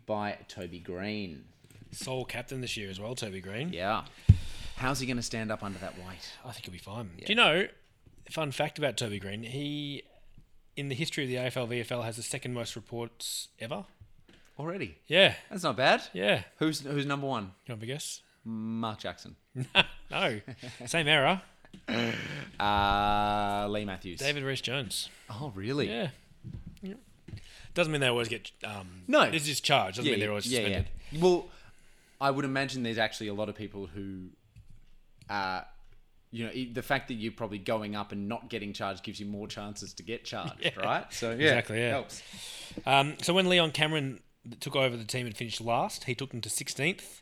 [SPEAKER 2] by Toby Green.
[SPEAKER 3] Sole captain this year as well, Toby Green.
[SPEAKER 2] Yeah. How's he going to stand up under that weight?
[SPEAKER 3] I think he'll be fine. Do you know, fun fact about Toby Green, he, in the history of the AFL VFL, has the second most reports ever.
[SPEAKER 2] Already.
[SPEAKER 3] Yeah.
[SPEAKER 2] That's not bad.
[SPEAKER 3] Yeah.
[SPEAKER 2] Who's who's number one?
[SPEAKER 3] You want to guess?
[SPEAKER 2] Mark Jackson.
[SPEAKER 3] no. Same era.
[SPEAKER 2] Uh, Lee Matthews.
[SPEAKER 3] David Reese Jones.
[SPEAKER 2] Oh, really?
[SPEAKER 3] Yeah. Doesn't mean they always get. Um,
[SPEAKER 2] No.
[SPEAKER 3] This is charged. Doesn't mean they're always suspended.
[SPEAKER 2] yeah. Well, I would imagine there's actually a lot of people who, uh, you know, e- the fact that you're probably going up and not getting charged gives you more chances to get charged, right? So yeah,
[SPEAKER 3] Exactly, yeah.
[SPEAKER 2] helps.
[SPEAKER 3] Um, so when Leon Cameron took over the team and finished last, he took them to 16th.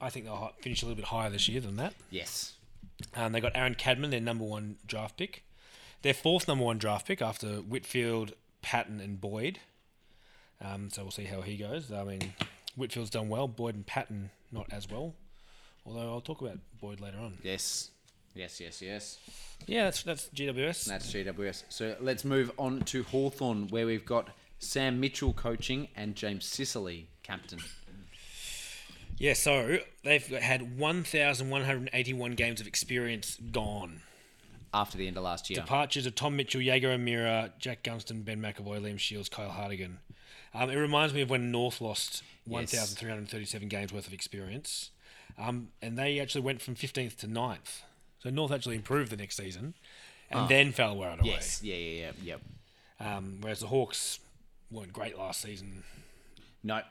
[SPEAKER 3] I think they'll hi- finish a little bit higher this year than that.
[SPEAKER 2] Yes,
[SPEAKER 3] Um, they got Aaron Cadman, their number one draft pick. Their fourth number one draft pick after Whitfield, Patton, and Boyd. Um, so we'll see how he goes. I mean, Whitfield's done well. Boyd and Patton not as well. Although I'll talk about Boyd later on.
[SPEAKER 2] yes, yes, yes, yes.
[SPEAKER 3] Yeah, that's that's GWS.
[SPEAKER 2] That's GWS. So let's move on to Hawthorn, where we've got Sam Mitchell coaching and James Sicily captain.
[SPEAKER 3] Yeah, so they've had 1,181 games of experience gone.
[SPEAKER 2] After the end of last year,
[SPEAKER 3] Departures of Tom Mitchell, Jaeger O'Meara, Jack Gunston, Ben McAvoy, Liam Shields, Kyle Hardigan. Um, it reminds me of when North lost
[SPEAKER 2] Yes.
[SPEAKER 3] 1,337 games worth of experience. Um, and they actually went from 15th to 9th. So North actually improved the next season and then fell well away.
[SPEAKER 2] Ah. yes, yeah, yeah, yeah, yeah.
[SPEAKER 3] Um, whereas the Hawks weren't great last season.
[SPEAKER 2] No,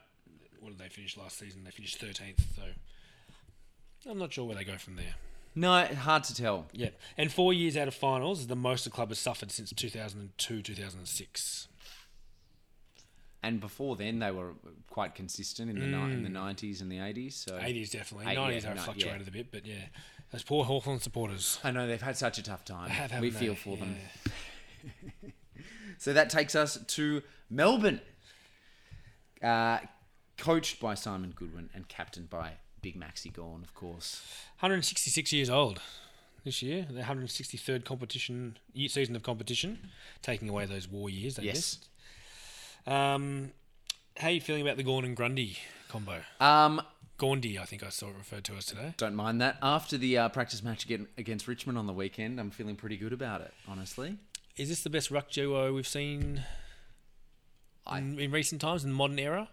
[SPEAKER 3] What did they finish last season? They finished 13th. So I'm not sure where they go from there.
[SPEAKER 2] no, hard to tell.
[SPEAKER 3] Yeah. And four years out of finals is the most the club has suffered since 2002, 2006.
[SPEAKER 2] And before then, they were quite consistent in the ni- in the nineties and the eighties. So
[SPEAKER 3] Eighties definitely.
[SPEAKER 2] Eight-
[SPEAKER 3] Nineties
[SPEAKER 2] yeah,
[SPEAKER 3] have
[SPEAKER 2] no,
[SPEAKER 3] fluctuated a bit, but yeah, those poor Hawthorn supporters.
[SPEAKER 2] I know they've had such a tough time.
[SPEAKER 3] Have,
[SPEAKER 2] we
[SPEAKER 3] haven't
[SPEAKER 2] feel
[SPEAKER 3] they?
[SPEAKER 2] for them.
[SPEAKER 3] Yeah.
[SPEAKER 2] So that takes us to Melbourne, uh, coached by Simon Goodwin and captained by Big Maxi gone, of course.
[SPEAKER 3] 166 years old this year. The 163rd competition year, season of competition, taking away those war years. They
[SPEAKER 2] Yes.
[SPEAKER 3] missed. Um, how are you feeling about the Gorn and Grundy combo?
[SPEAKER 2] Um,
[SPEAKER 3] Gaundy, I think I saw it referred to as today.
[SPEAKER 2] don't mind that. After the uh, practice match again against Richmond on the weekend, I'm feeling pretty good about it, honestly.
[SPEAKER 3] Is this the best ruck duo we've seen
[SPEAKER 2] I-
[SPEAKER 3] in, in recent times in the modern era?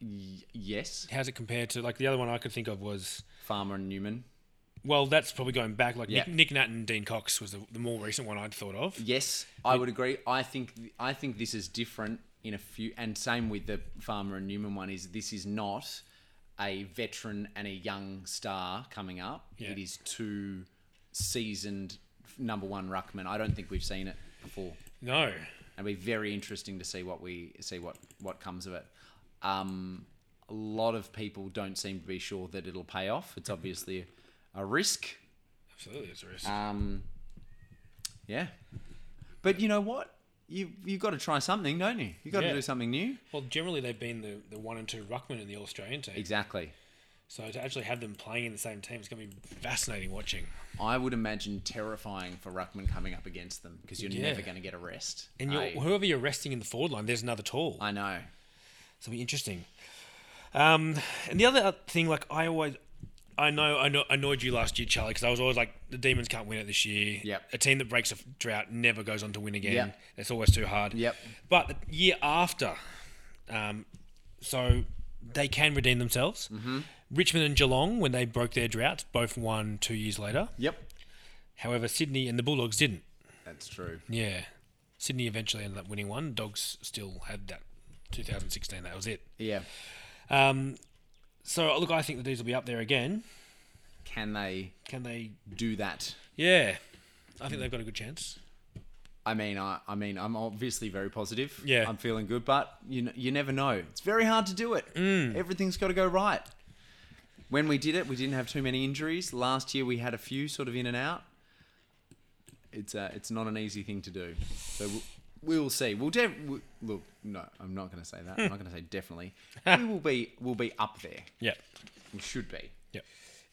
[SPEAKER 2] Y- yes,
[SPEAKER 3] How's it compared to like the other one I could think of was
[SPEAKER 2] Farmer and Newman.
[SPEAKER 3] well, that's probably going back. Like
[SPEAKER 2] Yeah.
[SPEAKER 3] Nick, Nick Nat and Dean Cox was the, the more recent one I'd thought of.
[SPEAKER 2] Yes, I would agree. I think I think this is different in a few, and same with the Farmer and Newman one. Is this is not a veteran and a young star coming up.
[SPEAKER 3] Yeah.
[SPEAKER 2] It is two seasoned f- number one ruckman. I don't think we've seen it before.
[SPEAKER 3] No,
[SPEAKER 2] It'll be very interesting to see what we see what what comes of it. Um, a lot of people don't seem to be sure that it'll pay off. It's obviously a risk.
[SPEAKER 3] absolutely, it's a risk.
[SPEAKER 2] Um, yeah, but you know what? You you got to try something, don't you? You got to
[SPEAKER 3] Yeah.
[SPEAKER 2] do something new.
[SPEAKER 3] well, generally they've been the, the one and two ruckman in the All Australian team.
[SPEAKER 2] Exactly.
[SPEAKER 3] So to actually have them playing in the same team is going to be fascinating watching.
[SPEAKER 2] I would imagine terrifying for Ruckman coming up against them because you're
[SPEAKER 3] Yeah.
[SPEAKER 2] never going to get a rest.
[SPEAKER 3] And you're,
[SPEAKER 2] I,
[SPEAKER 3] whoever you're resting in the forward line, there's another tall.
[SPEAKER 2] I know.
[SPEAKER 3] So it'll be interesting. Um, and the other thing, like I always, I know I know, annoyed you last year, Charlie, because I was always like, the Demons can't win it this year.
[SPEAKER 2] Yep.
[SPEAKER 3] A team that breaks a f- drought never goes on to win again.
[SPEAKER 2] Yep.
[SPEAKER 3] It's always too hard.
[SPEAKER 2] Yep.
[SPEAKER 3] But the year after, um, so they can redeem themselves. Mm-hmm. Richmond and Geelong, when they broke their drought, both won two years later.
[SPEAKER 2] Yep,
[SPEAKER 3] However, Sydney and the Bulldogs didn't.
[SPEAKER 2] that's true.
[SPEAKER 3] Yeah. Sydney eventually ended up winning one. Dogs still had that 2016. That was it.
[SPEAKER 2] Yeah,
[SPEAKER 3] Um, so look, I think the D's will be up there again.
[SPEAKER 2] can they
[SPEAKER 3] Can they?
[SPEAKER 2] do that?
[SPEAKER 3] Yeah, I think they've got a good chance.
[SPEAKER 2] I mean, I, I mean, I'm obviously very positive.
[SPEAKER 3] Yeah.
[SPEAKER 2] I'm feeling good, but you kn- you never know. It's very hard to do it. Everything's got to go right. When we did it, we didn't have too many injuries. Last year, we had a few sort of in and out. It's uh, it's not an easy thing to do. So we'll, we will see. We'll def- we, look. No, I'm not going to say that. I'm not going to say definitely. we will be we'll be up there.
[SPEAKER 3] Yeah,
[SPEAKER 2] We should be.
[SPEAKER 3] yeah.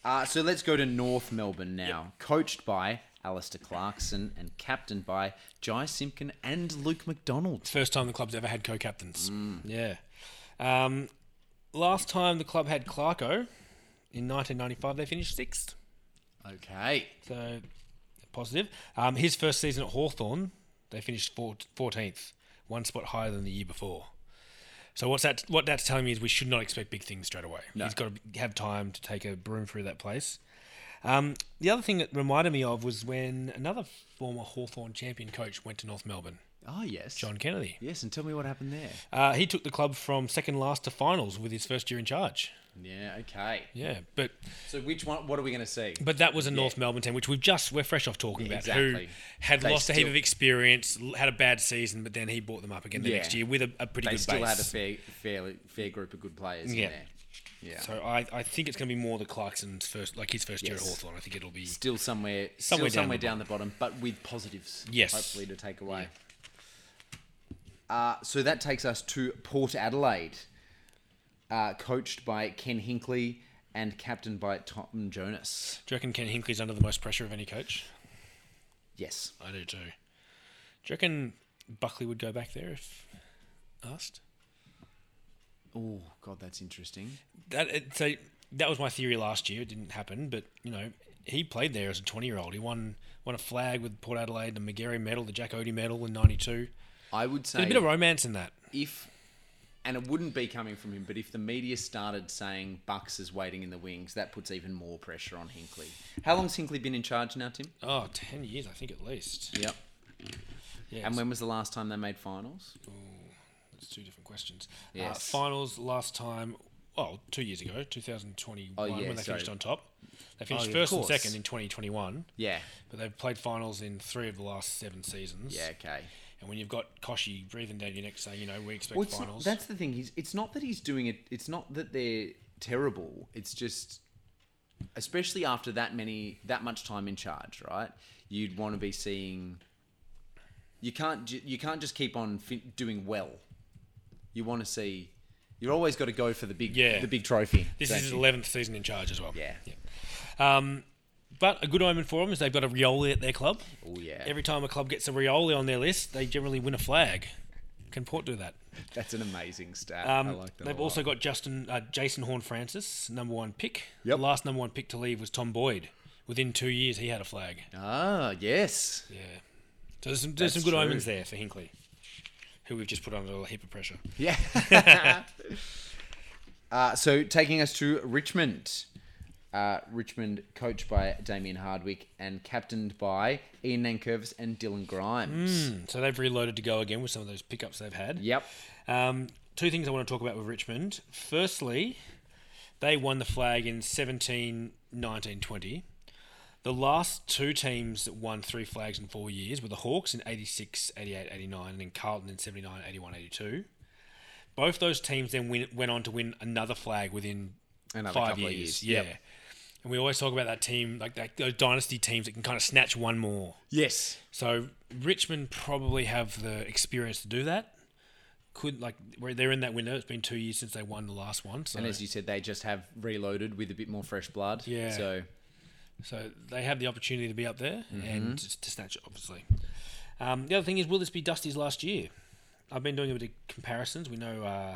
[SPEAKER 2] Uh, so let's go to North Melbourne now. Coached by Alistair Clarkson and captained by Jai Simpkin and Luke McDonald.
[SPEAKER 3] First time the club's ever had co-captains. Yeah. Um, last time the club had Clarko in 1995, they finished sixth.
[SPEAKER 2] Okay.
[SPEAKER 3] So uh, positive. Um, his first season at Hawthorn, they finished four- 14th, one spot higher than the year before. So what's that? What that's telling me is we should not expect big things straight away. He's got to have time to take a broom through that place. Um, the other thing that reminded me of was when another former Hawthorn champion coach went to North Melbourne,
[SPEAKER 2] Oh, yes.
[SPEAKER 3] John Kennedy.
[SPEAKER 2] Yes, and tell me what happened there.
[SPEAKER 3] Uh, he took the club from second last to finals with his first year in charge.
[SPEAKER 2] Yeah, okay.
[SPEAKER 3] Yeah, but
[SPEAKER 2] So which one, what are we going to see?
[SPEAKER 3] But that was a North Melbourne team, which we've just we're fresh off talking about, who
[SPEAKER 2] exactly.
[SPEAKER 3] had
[SPEAKER 2] They
[SPEAKER 3] lost a heap
[SPEAKER 2] still-
[SPEAKER 3] of experience, l- had a bad season, but then he brought them up again the
[SPEAKER 2] Yeah.
[SPEAKER 3] next year with a, a pretty
[SPEAKER 2] They
[SPEAKER 3] good
[SPEAKER 2] still
[SPEAKER 3] base.
[SPEAKER 2] had a fair, fair, fair group of good players
[SPEAKER 3] Yeah.
[SPEAKER 2] in there. Yeah.
[SPEAKER 3] so I, I think it's going to be more the Clarkson's first, like his first year at
[SPEAKER 2] Yes.
[SPEAKER 3] Hawthorn. I think it'll be
[SPEAKER 2] still somewhere, somewhere,
[SPEAKER 3] Somewhere down
[SPEAKER 2] somewhere
[SPEAKER 3] the
[SPEAKER 2] down, the bottom, but with positives.
[SPEAKER 3] Yes.
[SPEAKER 2] Hopefully to take away. Uh, so that takes us to Port Adelaide, uh, coached by Ken Hinkley and captained by Tom Jonas.
[SPEAKER 3] Do you reckon Ken Hinkley's under the most pressure of any coach?
[SPEAKER 2] Yes.
[SPEAKER 3] I do too. Do you reckon Buckley would go back there if asked?
[SPEAKER 2] Oh God, that's interesting.
[SPEAKER 3] That it- so that was my theory last year. It didn't happen, but you know he played there as a twenty-year-old. He won won a flag with Port Adelaide, the McGarry Medal, the Jack Odie Medal in '92.
[SPEAKER 2] I would
[SPEAKER 3] There's
[SPEAKER 2] say
[SPEAKER 3] a bit of romance in that.
[SPEAKER 2] if, and it wouldn't be coming from him, but if the media started saying Bucks is waiting in the wings, that puts even more pressure on Hinkley. How long's Hinkley been in charge now, Tim?
[SPEAKER 3] Oh, 10 years, I think at least.
[SPEAKER 2] Yep.
[SPEAKER 3] Yeah,
[SPEAKER 2] And when was the last time they made finals?
[SPEAKER 3] it's two different questions. Uh,
[SPEAKER 2] Yes.
[SPEAKER 3] finals last time, well, two years ago, 2021,
[SPEAKER 2] Oh, yeah,
[SPEAKER 3] when they
[SPEAKER 2] sorry.
[SPEAKER 3] finished on top. They finished
[SPEAKER 2] yeah, of
[SPEAKER 3] first and
[SPEAKER 2] course.
[SPEAKER 3] second in 2021,
[SPEAKER 2] Yeah.
[SPEAKER 3] but they've played finals in three of the last seven seasons.
[SPEAKER 2] Yeah. Okay.
[SPEAKER 3] And when you've got Koshi breathing down your neck saying, you know, we expect
[SPEAKER 2] Well, it's not-
[SPEAKER 3] finals.
[SPEAKER 2] that's the thing. He's, it's not that he's doing it. It's not that they're terrible. It's just, especially after that many, that much time in charge, right? You'd want to be seeing. You can't. ju- You can't just keep on fi- doing well. You want to see You've always got to go for the big,
[SPEAKER 3] Yeah.
[SPEAKER 2] the big trophy.
[SPEAKER 3] This
[SPEAKER 2] don't
[SPEAKER 3] is his
[SPEAKER 2] you?
[SPEAKER 3] eleventh season in charge as well.
[SPEAKER 2] Yeah.
[SPEAKER 3] Um, but a good omen for them is they've got a Rioli at their club.
[SPEAKER 2] Oh yeah.
[SPEAKER 3] Every time a club gets a Rioli on their list, they generally win a flag. Can Port do that?
[SPEAKER 2] That's an amazing stat. I
[SPEAKER 3] Um,
[SPEAKER 2] like that. a
[SPEAKER 3] they've
[SPEAKER 2] lot.
[SPEAKER 3] also got Justin uh, Jason Horn Francis, number one pick.
[SPEAKER 2] Yep.
[SPEAKER 3] The last number one pick to leave was Tom Boyd. Within two years, he had a flag.
[SPEAKER 2] ah yes.
[SPEAKER 3] Yeah. So there's some, there's some
[SPEAKER 2] That's
[SPEAKER 3] good
[SPEAKER 2] true.
[SPEAKER 3] omens there for Hinkley, who we've just put under a heap of pressure.
[SPEAKER 2] Yeah. uh, so taking us to Richmond. Uh, Richmond, coached by Damien Hardwick and captained by Ian Nankervis and Dylan Grimes.
[SPEAKER 3] Mm, So they've reloaded to go again with some of those pickups they've had.
[SPEAKER 2] Yep.
[SPEAKER 3] Um, two things I want to talk about with Richmond. Firstly, they won the flag in 17, 19, 20. The last two teams that won three flags in four years were the Hawks in 86, 88, 89, and then Carlton in 79, 81, 82. Both those teams then win, went on to win another flag within
[SPEAKER 2] Another
[SPEAKER 3] five
[SPEAKER 2] couple of
[SPEAKER 3] years.
[SPEAKER 2] years, yep.
[SPEAKER 3] Yeah. And we always talk about that team, like that, those dynasty teams that can kind of snatch one more.
[SPEAKER 2] Yes.
[SPEAKER 3] So Richmond probably have the experience to do that. Could like where they're in that window. It's been two years since they won the last one. So,
[SPEAKER 2] And as you said, they just have reloaded with a bit more fresh blood.
[SPEAKER 3] Yeah.
[SPEAKER 2] So
[SPEAKER 3] so they have the opportunity to be up there
[SPEAKER 2] Mm-hmm.
[SPEAKER 3] and to, to snatch it, obviously. Um, the other thing is, will this be Dusty's last year? I've been doing a bit of comparisons. We know uh,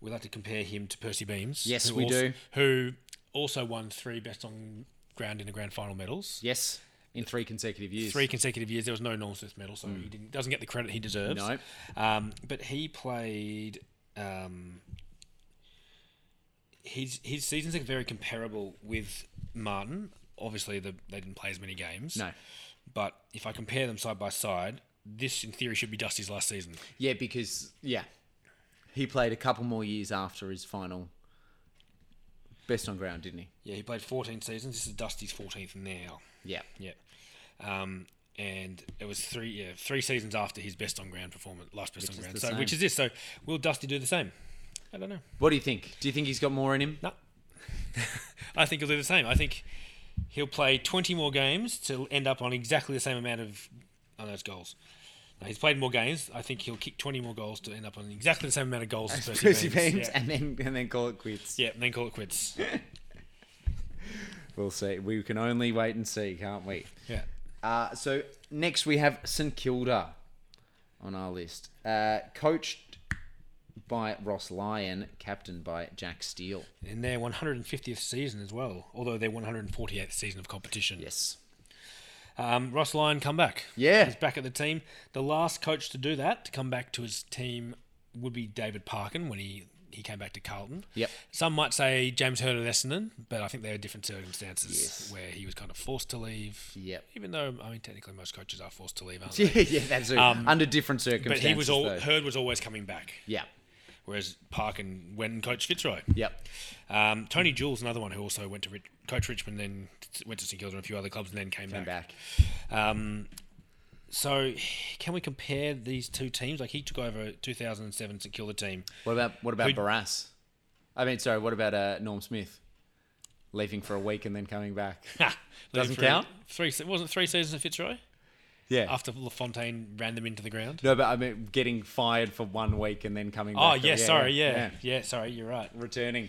[SPEAKER 3] we like to compare him to Percy Beams.
[SPEAKER 2] Yes,
[SPEAKER 3] who
[SPEAKER 2] we
[SPEAKER 3] also,
[SPEAKER 2] do.
[SPEAKER 3] Who also won three best on ground in the grand final medals.
[SPEAKER 2] yes, in three consecutive years.
[SPEAKER 3] three consecutive years. There was no Norm Smith medal, so he didn't, doesn't get the credit he deserves.
[SPEAKER 2] No.
[SPEAKER 3] Um, but he played. Um, his his seasons are very comparable with Martin. Obviously, the, they didn't play as many games.
[SPEAKER 2] No.
[SPEAKER 3] But if I compare them side by side, this in theory should be Dusty's last season.
[SPEAKER 2] Yeah, because yeah, he played a couple more years after his final best on ground, didn't he?
[SPEAKER 3] Yeah, he played 14 seasons. This is Dusty's 14th now.
[SPEAKER 2] Yeah.
[SPEAKER 3] Yeah. Um, and it was three yeah, three seasons after his best on ground performance, last best on
[SPEAKER 2] is
[SPEAKER 3] ground.
[SPEAKER 2] the
[SPEAKER 3] So
[SPEAKER 2] same.
[SPEAKER 3] which is this? So will Dusty do the same? I don't know.
[SPEAKER 2] What do you think? Do you think he's got more in him?
[SPEAKER 3] No. I think he'll do the same. I think he'll play 20 more games to end up on exactly the same amount of I know it's goals. No, he's played more games. I think he'll kick 20 more goals to end up on exactly the same amount of goals as
[SPEAKER 2] Percy
[SPEAKER 3] Percy, Beams.
[SPEAKER 2] Beams,
[SPEAKER 3] Yeah.
[SPEAKER 2] and then and then call it quits.
[SPEAKER 3] Yeah, and then call it quits.
[SPEAKER 2] We'll see. We can only wait and see, can't we?
[SPEAKER 3] Yeah.
[SPEAKER 2] Uh, so next we have St Kilda on our list, uh, coached by Ross Lyon, captained by Jack Steele.
[SPEAKER 3] In their 150th season as well, although their 148th season of competition.
[SPEAKER 2] Yes.
[SPEAKER 3] Um, Ross Lyon come back.
[SPEAKER 2] Yeah.
[SPEAKER 3] He's back at the team. The last coach to do that, to come back to his team, would be David Parkin when he, he came back to Carlton.
[SPEAKER 2] Yep.
[SPEAKER 3] Some might say James Heard of Essendon, but I think there are different circumstances
[SPEAKER 2] Yes.
[SPEAKER 3] where he was kind of forced to leave.
[SPEAKER 2] Yep.
[SPEAKER 3] Even though, I mean, technically most coaches are forced to leave, aren't
[SPEAKER 2] Yeah,
[SPEAKER 3] they?
[SPEAKER 2] yeah, that's it. Under different
[SPEAKER 3] Um, But
[SPEAKER 2] circumstances.
[SPEAKER 3] he was all
[SPEAKER 2] though.
[SPEAKER 3] Heard was always coming back,
[SPEAKER 2] Yeah.
[SPEAKER 3] whereas Parkin went and coached Fitzroy.
[SPEAKER 2] Yep.
[SPEAKER 3] Um, Tony Jules, another one who also went to Rich, coach Richmond, then t- went to St Kilda and a few other clubs, and then came,
[SPEAKER 2] Came
[SPEAKER 3] back.
[SPEAKER 2] back.
[SPEAKER 3] Um, so, can we compare these two teams? Like he took over a 2007 St Kilda team.
[SPEAKER 2] What about what about
[SPEAKER 3] Who-
[SPEAKER 2] Barras? I mean, sorry. What about uh, Norm Smith leaving for a week and then coming back?
[SPEAKER 3] Ha!
[SPEAKER 2] Doesn't
[SPEAKER 3] Three-
[SPEAKER 2] count?
[SPEAKER 3] Three se- wasn't it three seasons at Fitzroy
[SPEAKER 2] Yeah.
[SPEAKER 3] after LaFontaine ran them into the ground.
[SPEAKER 2] no, but I mean, getting fired for one week and then coming.
[SPEAKER 3] Oh
[SPEAKER 2] back to-
[SPEAKER 3] yeah, sorry, yeah. yeah, sorry, you're right.
[SPEAKER 2] Returning.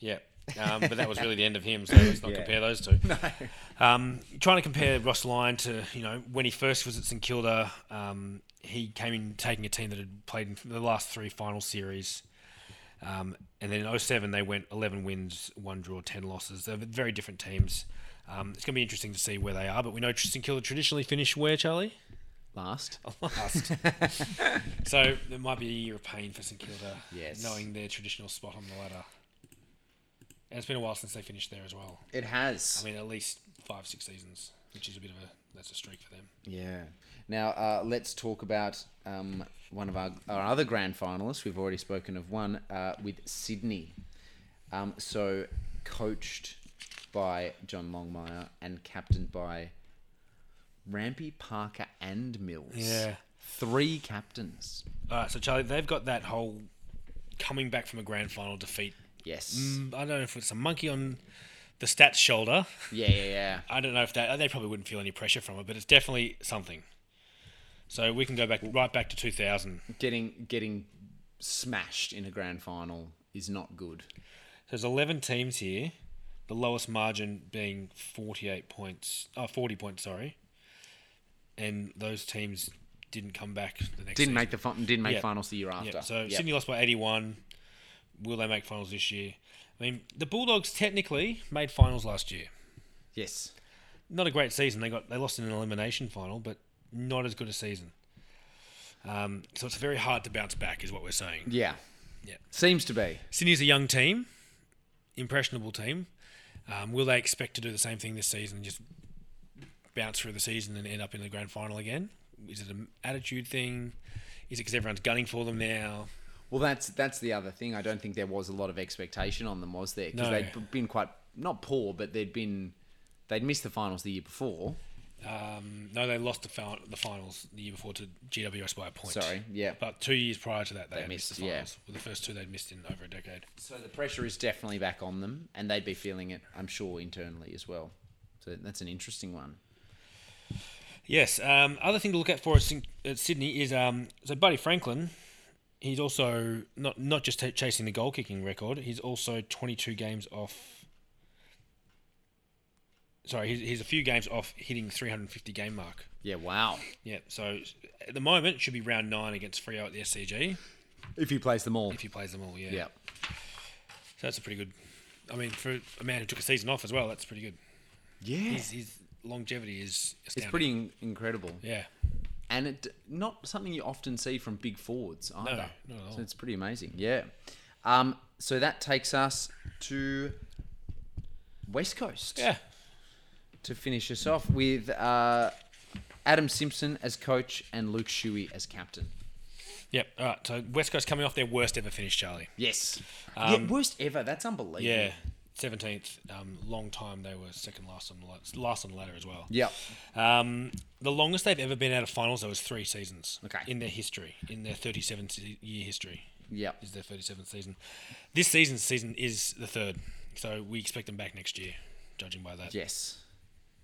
[SPEAKER 3] Yeah, um, but that was really the end of him. So let's not
[SPEAKER 2] Yeah.
[SPEAKER 3] compare those two. Um, trying to compare Ross Lyon to you know when he first was at St Kilda, um, he came in taking a team that had played in the last three final series, um, and then in 07 they went 11 wins, one draw, 10 losses. They're very different teams. Um, it's going to be interesting to see where they are, but we know St Kilda traditionally finish where Charlie
[SPEAKER 2] Last.
[SPEAKER 3] last. so it might be a year of pain for St Kilda,
[SPEAKER 2] Yes.
[SPEAKER 3] knowing their traditional spot on the ladder. And it's been a while since they finished there as well.
[SPEAKER 2] It has.
[SPEAKER 3] I mean, at least five, six seasons, which is a bit of a that's a streak for them.
[SPEAKER 2] yeah. Now uh, let's talk about um, one of our, our other grand finalists. We've already spoken of one uh, with Sydney. Um, so coached by John Longmire and captained by Rampy Parker and Mills.
[SPEAKER 3] Yeah.
[SPEAKER 2] Three captains.
[SPEAKER 3] All right, so Charlie, they've got that whole coming back from a grand final defeat.
[SPEAKER 2] Yes.
[SPEAKER 3] Mm, I don't know if it's a monkey on the stats shoulder.
[SPEAKER 2] Yeah, yeah, yeah.
[SPEAKER 3] I don't know if that they probably wouldn't feel any pressure from it, but it's definitely something. So we can go back right back to 2000.
[SPEAKER 2] Getting getting smashed in a grand final is not good.
[SPEAKER 3] There's 11 teams here, the lowest margin being 48 points, oh, 40 points, sorry. And those teams didn't come back the
[SPEAKER 2] Didn't
[SPEAKER 3] next season.
[SPEAKER 2] make the fin- didn't make
[SPEAKER 3] Yeah.
[SPEAKER 2] finals the year after.
[SPEAKER 3] Yeah, so
[SPEAKER 2] Yeah.
[SPEAKER 3] Sydney lost by 81. Will they make finals this year? I mean, the Bulldogs technically made finals last year.
[SPEAKER 2] yes,
[SPEAKER 3] Not a great season. They got they lost in an elimination final, but not as good a season. Um, so it's very hard to bounce back, is what we're saying.
[SPEAKER 2] yeah,
[SPEAKER 3] Yeah.
[SPEAKER 2] seems to be.
[SPEAKER 3] Sydney's a young team, impressionable team. Um, will they expect to do the same thing this season, just bounce through the season and end up in the grand final again? Is it an attitude thing? Is it because everyone's gunning for them now?
[SPEAKER 2] Well, that's that's the other thing. I don't think there was a lot of expectation on them, was there? Because
[SPEAKER 3] No.
[SPEAKER 2] they'd b- been quite not poor, but they'd been they'd missed the finals the year before.
[SPEAKER 3] Um, no, they lost the, fin- the finals the year before to GWS by a point.
[SPEAKER 2] Sorry, yeah.
[SPEAKER 3] But two years prior to that, they, had missed,
[SPEAKER 2] missed,
[SPEAKER 3] the
[SPEAKER 2] yeah.
[SPEAKER 3] finals. Well, the first two they'd missed in over a decade.
[SPEAKER 2] So the pressure is definitely back on them, and they'd be feeling it, I'm sure, internally as well. So that's an interesting one.
[SPEAKER 3] Yes. Um, other thing to look at for us in, at Sydney is um, so Buddy Franklin. He's also not not just ta chasing the goal kicking record. He's also 22 games off. Sorry, he's, he's a few games off hitting 350 game mark.
[SPEAKER 2] Yeah, wow.
[SPEAKER 3] Yeah. So at the moment, it should be round nine against Freo at the SCG
[SPEAKER 2] If he plays them all,
[SPEAKER 3] if he plays them all. Yeah.
[SPEAKER 2] yeah,
[SPEAKER 3] So that's a pretty good. I mean, for a man who took a season off as well, that's pretty good.
[SPEAKER 2] yeah,
[SPEAKER 3] His, his longevity is
[SPEAKER 2] it's
[SPEAKER 3] astounding.
[SPEAKER 2] pretty in- incredible,
[SPEAKER 3] Yeah.
[SPEAKER 2] and it not something you often see from big forwards either.
[SPEAKER 3] not at all.
[SPEAKER 2] So it's pretty amazing. Yeah. Um. So that takes us to West Coast.
[SPEAKER 3] Yeah.
[SPEAKER 2] to finish us off with uh, Adam Simpson as coach and Luke Shuey as captain.
[SPEAKER 3] Yep. All right. So West Coast coming off their worst ever finish, Charlie.
[SPEAKER 2] Yes. yeah, worst ever. That's unbelievable.
[SPEAKER 3] Um, Yeah. Seventeenth. Um, long time they were second last on the la- last on the ladder as well.
[SPEAKER 2] Yep.
[SPEAKER 3] Um, the longest they've ever been out of finals though was three seasons.
[SPEAKER 2] Okay.
[SPEAKER 3] In their history, in their thirty-seven se- year history,
[SPEAKER 2] Yep.
[SPEAKER 3] is their thirty-seventh season. This season's season is the third, so we expect them back next year, judging by that.
[SPEAKER 2] Yes.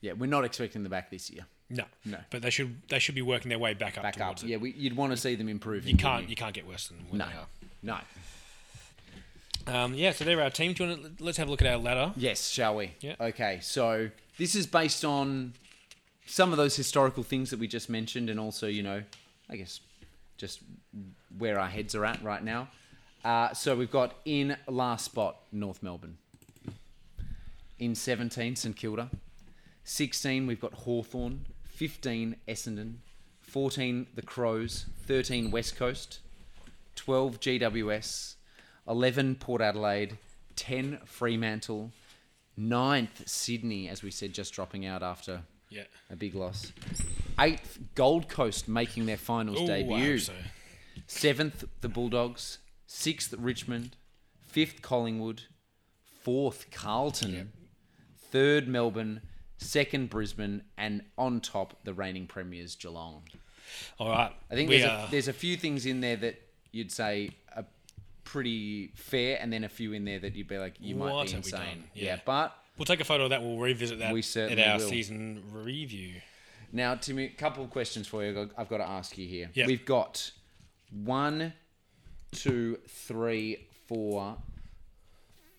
[SPEAKER 2] Yeah, we're not expecting the back this year.
[SPEAKER 3] No.
[SPEAKER 2] No.
[SPEAKER 3] But they should they should be working their way back up
[SPEAKER 2] Back up.
[SPEAKER 3] towards it.
[SPEAKER 2] Yeah, we, you'd want to see them improving.
[SPEAKER 3] You can't
[SPEAKER 2] wouldn't
[SPEAKER 3] you can't get worse than where
[SPEAKER 2] No.
[SPEAKER 3] they are.
[SPEAKER 2] No.
[SPEAKER 3] Um, yeah, so they're our team. Do you want to, let's have a look at our ladder.
[SPEAKER 2] Yes, shall we?
[SPEAKER 3] Yeah.
[SPEAKER 2] Okay, so this is based on some of those historical things that we just mentioned, and also, you know, I guess just where our heads are at right now. Uh, so we've got in last spot, North Melbourne. In 17, St Kilda. 16, we've got Hawthorn. 15, Essendon. 14, the Crows. 13, West Coast. 12 GWS, 11 Port Adelaide, 10 Fremantle, 9th Sydney, as we said, just dropping out after
[SPEAKER 3] Yeah.
[SPEAKER 2] a big loss. 8th Gold Coast making their finals
[SPEAKER 3] Ooh, I hope
[SPEAKER 2] debut.
[SPEAKER 3] so.
[SPEAKER 2] 7th the Bulldogs, 6th Richmond, 5th Collingwood, 4th Carlton, 3rd Melbourne, 2nd Brisbane, and on top the reigning premiers Geelong.
[SPEAKER 3] All right.
[SPEAKER 2] I think
[SPEAKER 3] we
[SPEAKER 2] there's,
[SPEAKER 3] are-
[SPEAKER 2] a, there's a few things in there that you'd say are pretty fair, and then a few in there that you'd be like, you might
[SPEAKER 3] What
[SPEAKER 2] be
[SPEAKER 3] have we
[SPEAKER 2] insane.
[SPEAKER 3] done?
[SPEAKER 2] Yeah.
[SPEAKER 3] Yeah.
[SPEAKER 2] but
[SPEAKER 3] We'll take a photo of that. We'll revisit that
[SPEAKER 2] We
[SPEAKER 3] at
[SPEAKER 2] certainly
[SPEAKER 3] our
[SPEAKER 2] will.
[SPEAKER 3] season review.
[SPEAKER 2] now, Timmy, a couple of questions for you. I've got to ask you here.
[SPEAKER 3] Yeah.
[SPEAKER 2] We've got one, two, three, four,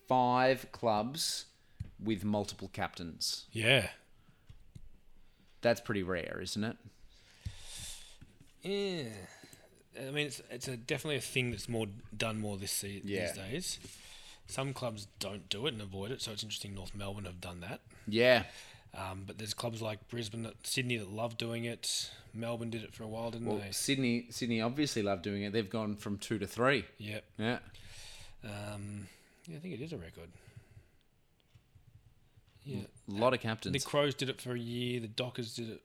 [SPEAKER 2] five clubs with multiple captains.
[SPEAKER 3] Yeah.
[SPEAKER 2] That's pretty rare, isn't it?
[SPEAKER 3] Yeah. I mean, it's, it's a, definitely a thing that's more done more this se-
[SPEAKER 2] Yeah.
[SPEAKER 3] these days. Some clubs don't do it and avoid it, so it's interesting. North Melbourne have done that,
[SPEAKER 2] Yeah.
[SPEAKER 3] um, but there's clubs like Brisbane, that, Sydney that love doing it. Melbourne did it for a while, didn't
[SPEAKER 2] Well,
[SPEAKER 3] they?
[SPEAKER 2] Sydney, Sydney obviously love doing it. They've gone from two to three.
[SPEAKER 3] Yep.
[SPEAKER 2] Yeah.
[SPEAKER 3] Um, yeah, I think it is a record. Yeah.
[SPEAKER 2] A lot of
[SPEAKER 3] The
[SPEAKER 2] captains.
[SPEAKER 3] Crows did it for a year. The Dockers did it.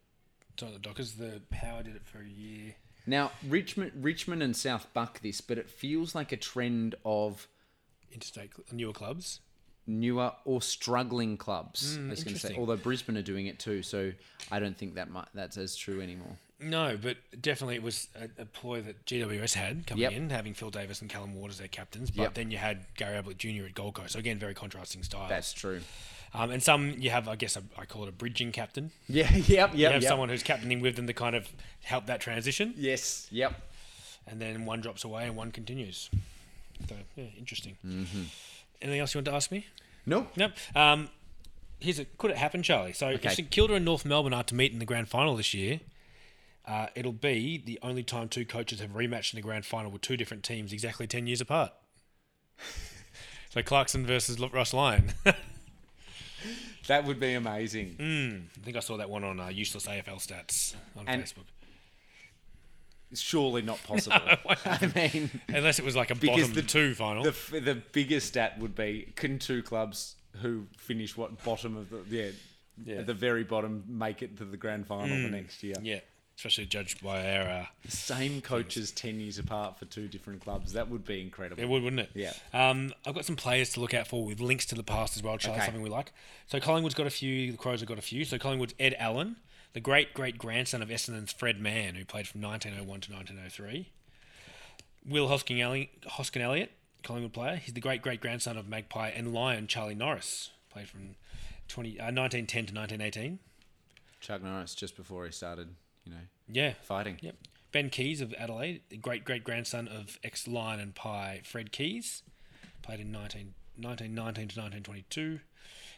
[SPEAKER 3] Sorry, the Dockers. The Power did it for a year.
[SPEAKER 2] Now, Richmond, Richmond and South buck this, but it feels like a trend of
[SPEAKER 3] Interstate cl- newer clubs.
[SPEAKER 2] newer or struggling clubs. I was going to say,
[SPEAKER 3] interesting.
[SPEAKER 2] although Brisbane are doing it too, so I don't think that might, that's as true anymore.
[SPEAKER 3] No, but definitely it was a, a ploy that GWS had coming
[SPEAKER 2] Yep.
[SPEAKER 3] in, having Phil Davis and Callum Ward as their captains. But
[SPEAKER 2] Yep.
[SPEAKER 3] then you had Gary Ablett Jr. at Gold Coast. So again, very contrasting styles.
[SPEAKER 2] That's true.
[SPEAKER 3] um, and some you have, I guess, a, I call it a bridging captain.
[SPEAKER 2] Yeah. Yep. Yep.
[SPEAKER 3] You have someone who's captaining with them to kind of help that transition.
[SPEAKER 2] Yes. Yep.
[SPEAKER 3] and then one drops away and one continues. So yeah, interesting.
[SPEAKER 2] Mm-hmm.
[SPEAKER 3] Anything else you want to ask me?
[SPEAKER 2] Nope.
[SPEAKER 3] Nope. Um, here's a could it happen, Charlie? So
[SPEAKER 2] Okay.
[SPEAKER 3] if St Kilda and North Melbourne are to meet in the grand final this year, uh, it'll be the only time two coaches have rematched in the grand final with two different teams exactly ten years apart. so Clarkson versus L- Ross Lyon. I
[SPEAKER 2] That would be amazing.
[SPEAKER 3] Mm. think I saw that one on uh, useless AFL stats on
[SPEAKER 2] And-
[SPEAKER 3] Facebook.
[SPEAKER 2] Surely not possible. I mean,
[SPEAKER 3] Unless it was like a
[SPEAKER 2] Because
[SPEAKER 3] bottom
[SPEAKER 2] the-
[SPEAKER 3] two final.
[SPEAKER 2] the f- the biggest stat would be can two clubs who finish what bottom of the yeah, at the very bottom make it to the grand final the next year.
[SPEAKER 3] Mm. yeah, especially judged by our. Uh,
[SPEAKER 2] Same coaches ten years apart for two different clubs. That would be incredible.
[SPEAKER 3] It would, wouldn't it?
[SPEAKER 2] Yeah.
[SPEAKER 3] Um, I've got some players to look out for with links to the past as well, Charlie.
[SPEAKER 2] Okay.
[SPEAKER 3] Something we like. So Collingwood's got a few. The Crows have got a few. So Collingwood's Ed Allen, the great great grandson of Essendon's Fred Mann, who played from 1901 to 1903. Will Hoskin Elli- Hoskin Elliott, Collingwood player. He's the great great grandson of Magpie and Lion Charlie Norris, played from 20, uh, 1910 to 1918.
[SPEAKER 2] Chuck Norris just before he started, you know,
[SPEAKER 3] Yeah.
[SPEAKER 2] fighting.
[SPEAKER 3] Yep. Ben Keys of Adelaide, the great great grandson of ex Lion and Pie Fred Keys, played in 19, 1919 to 1922.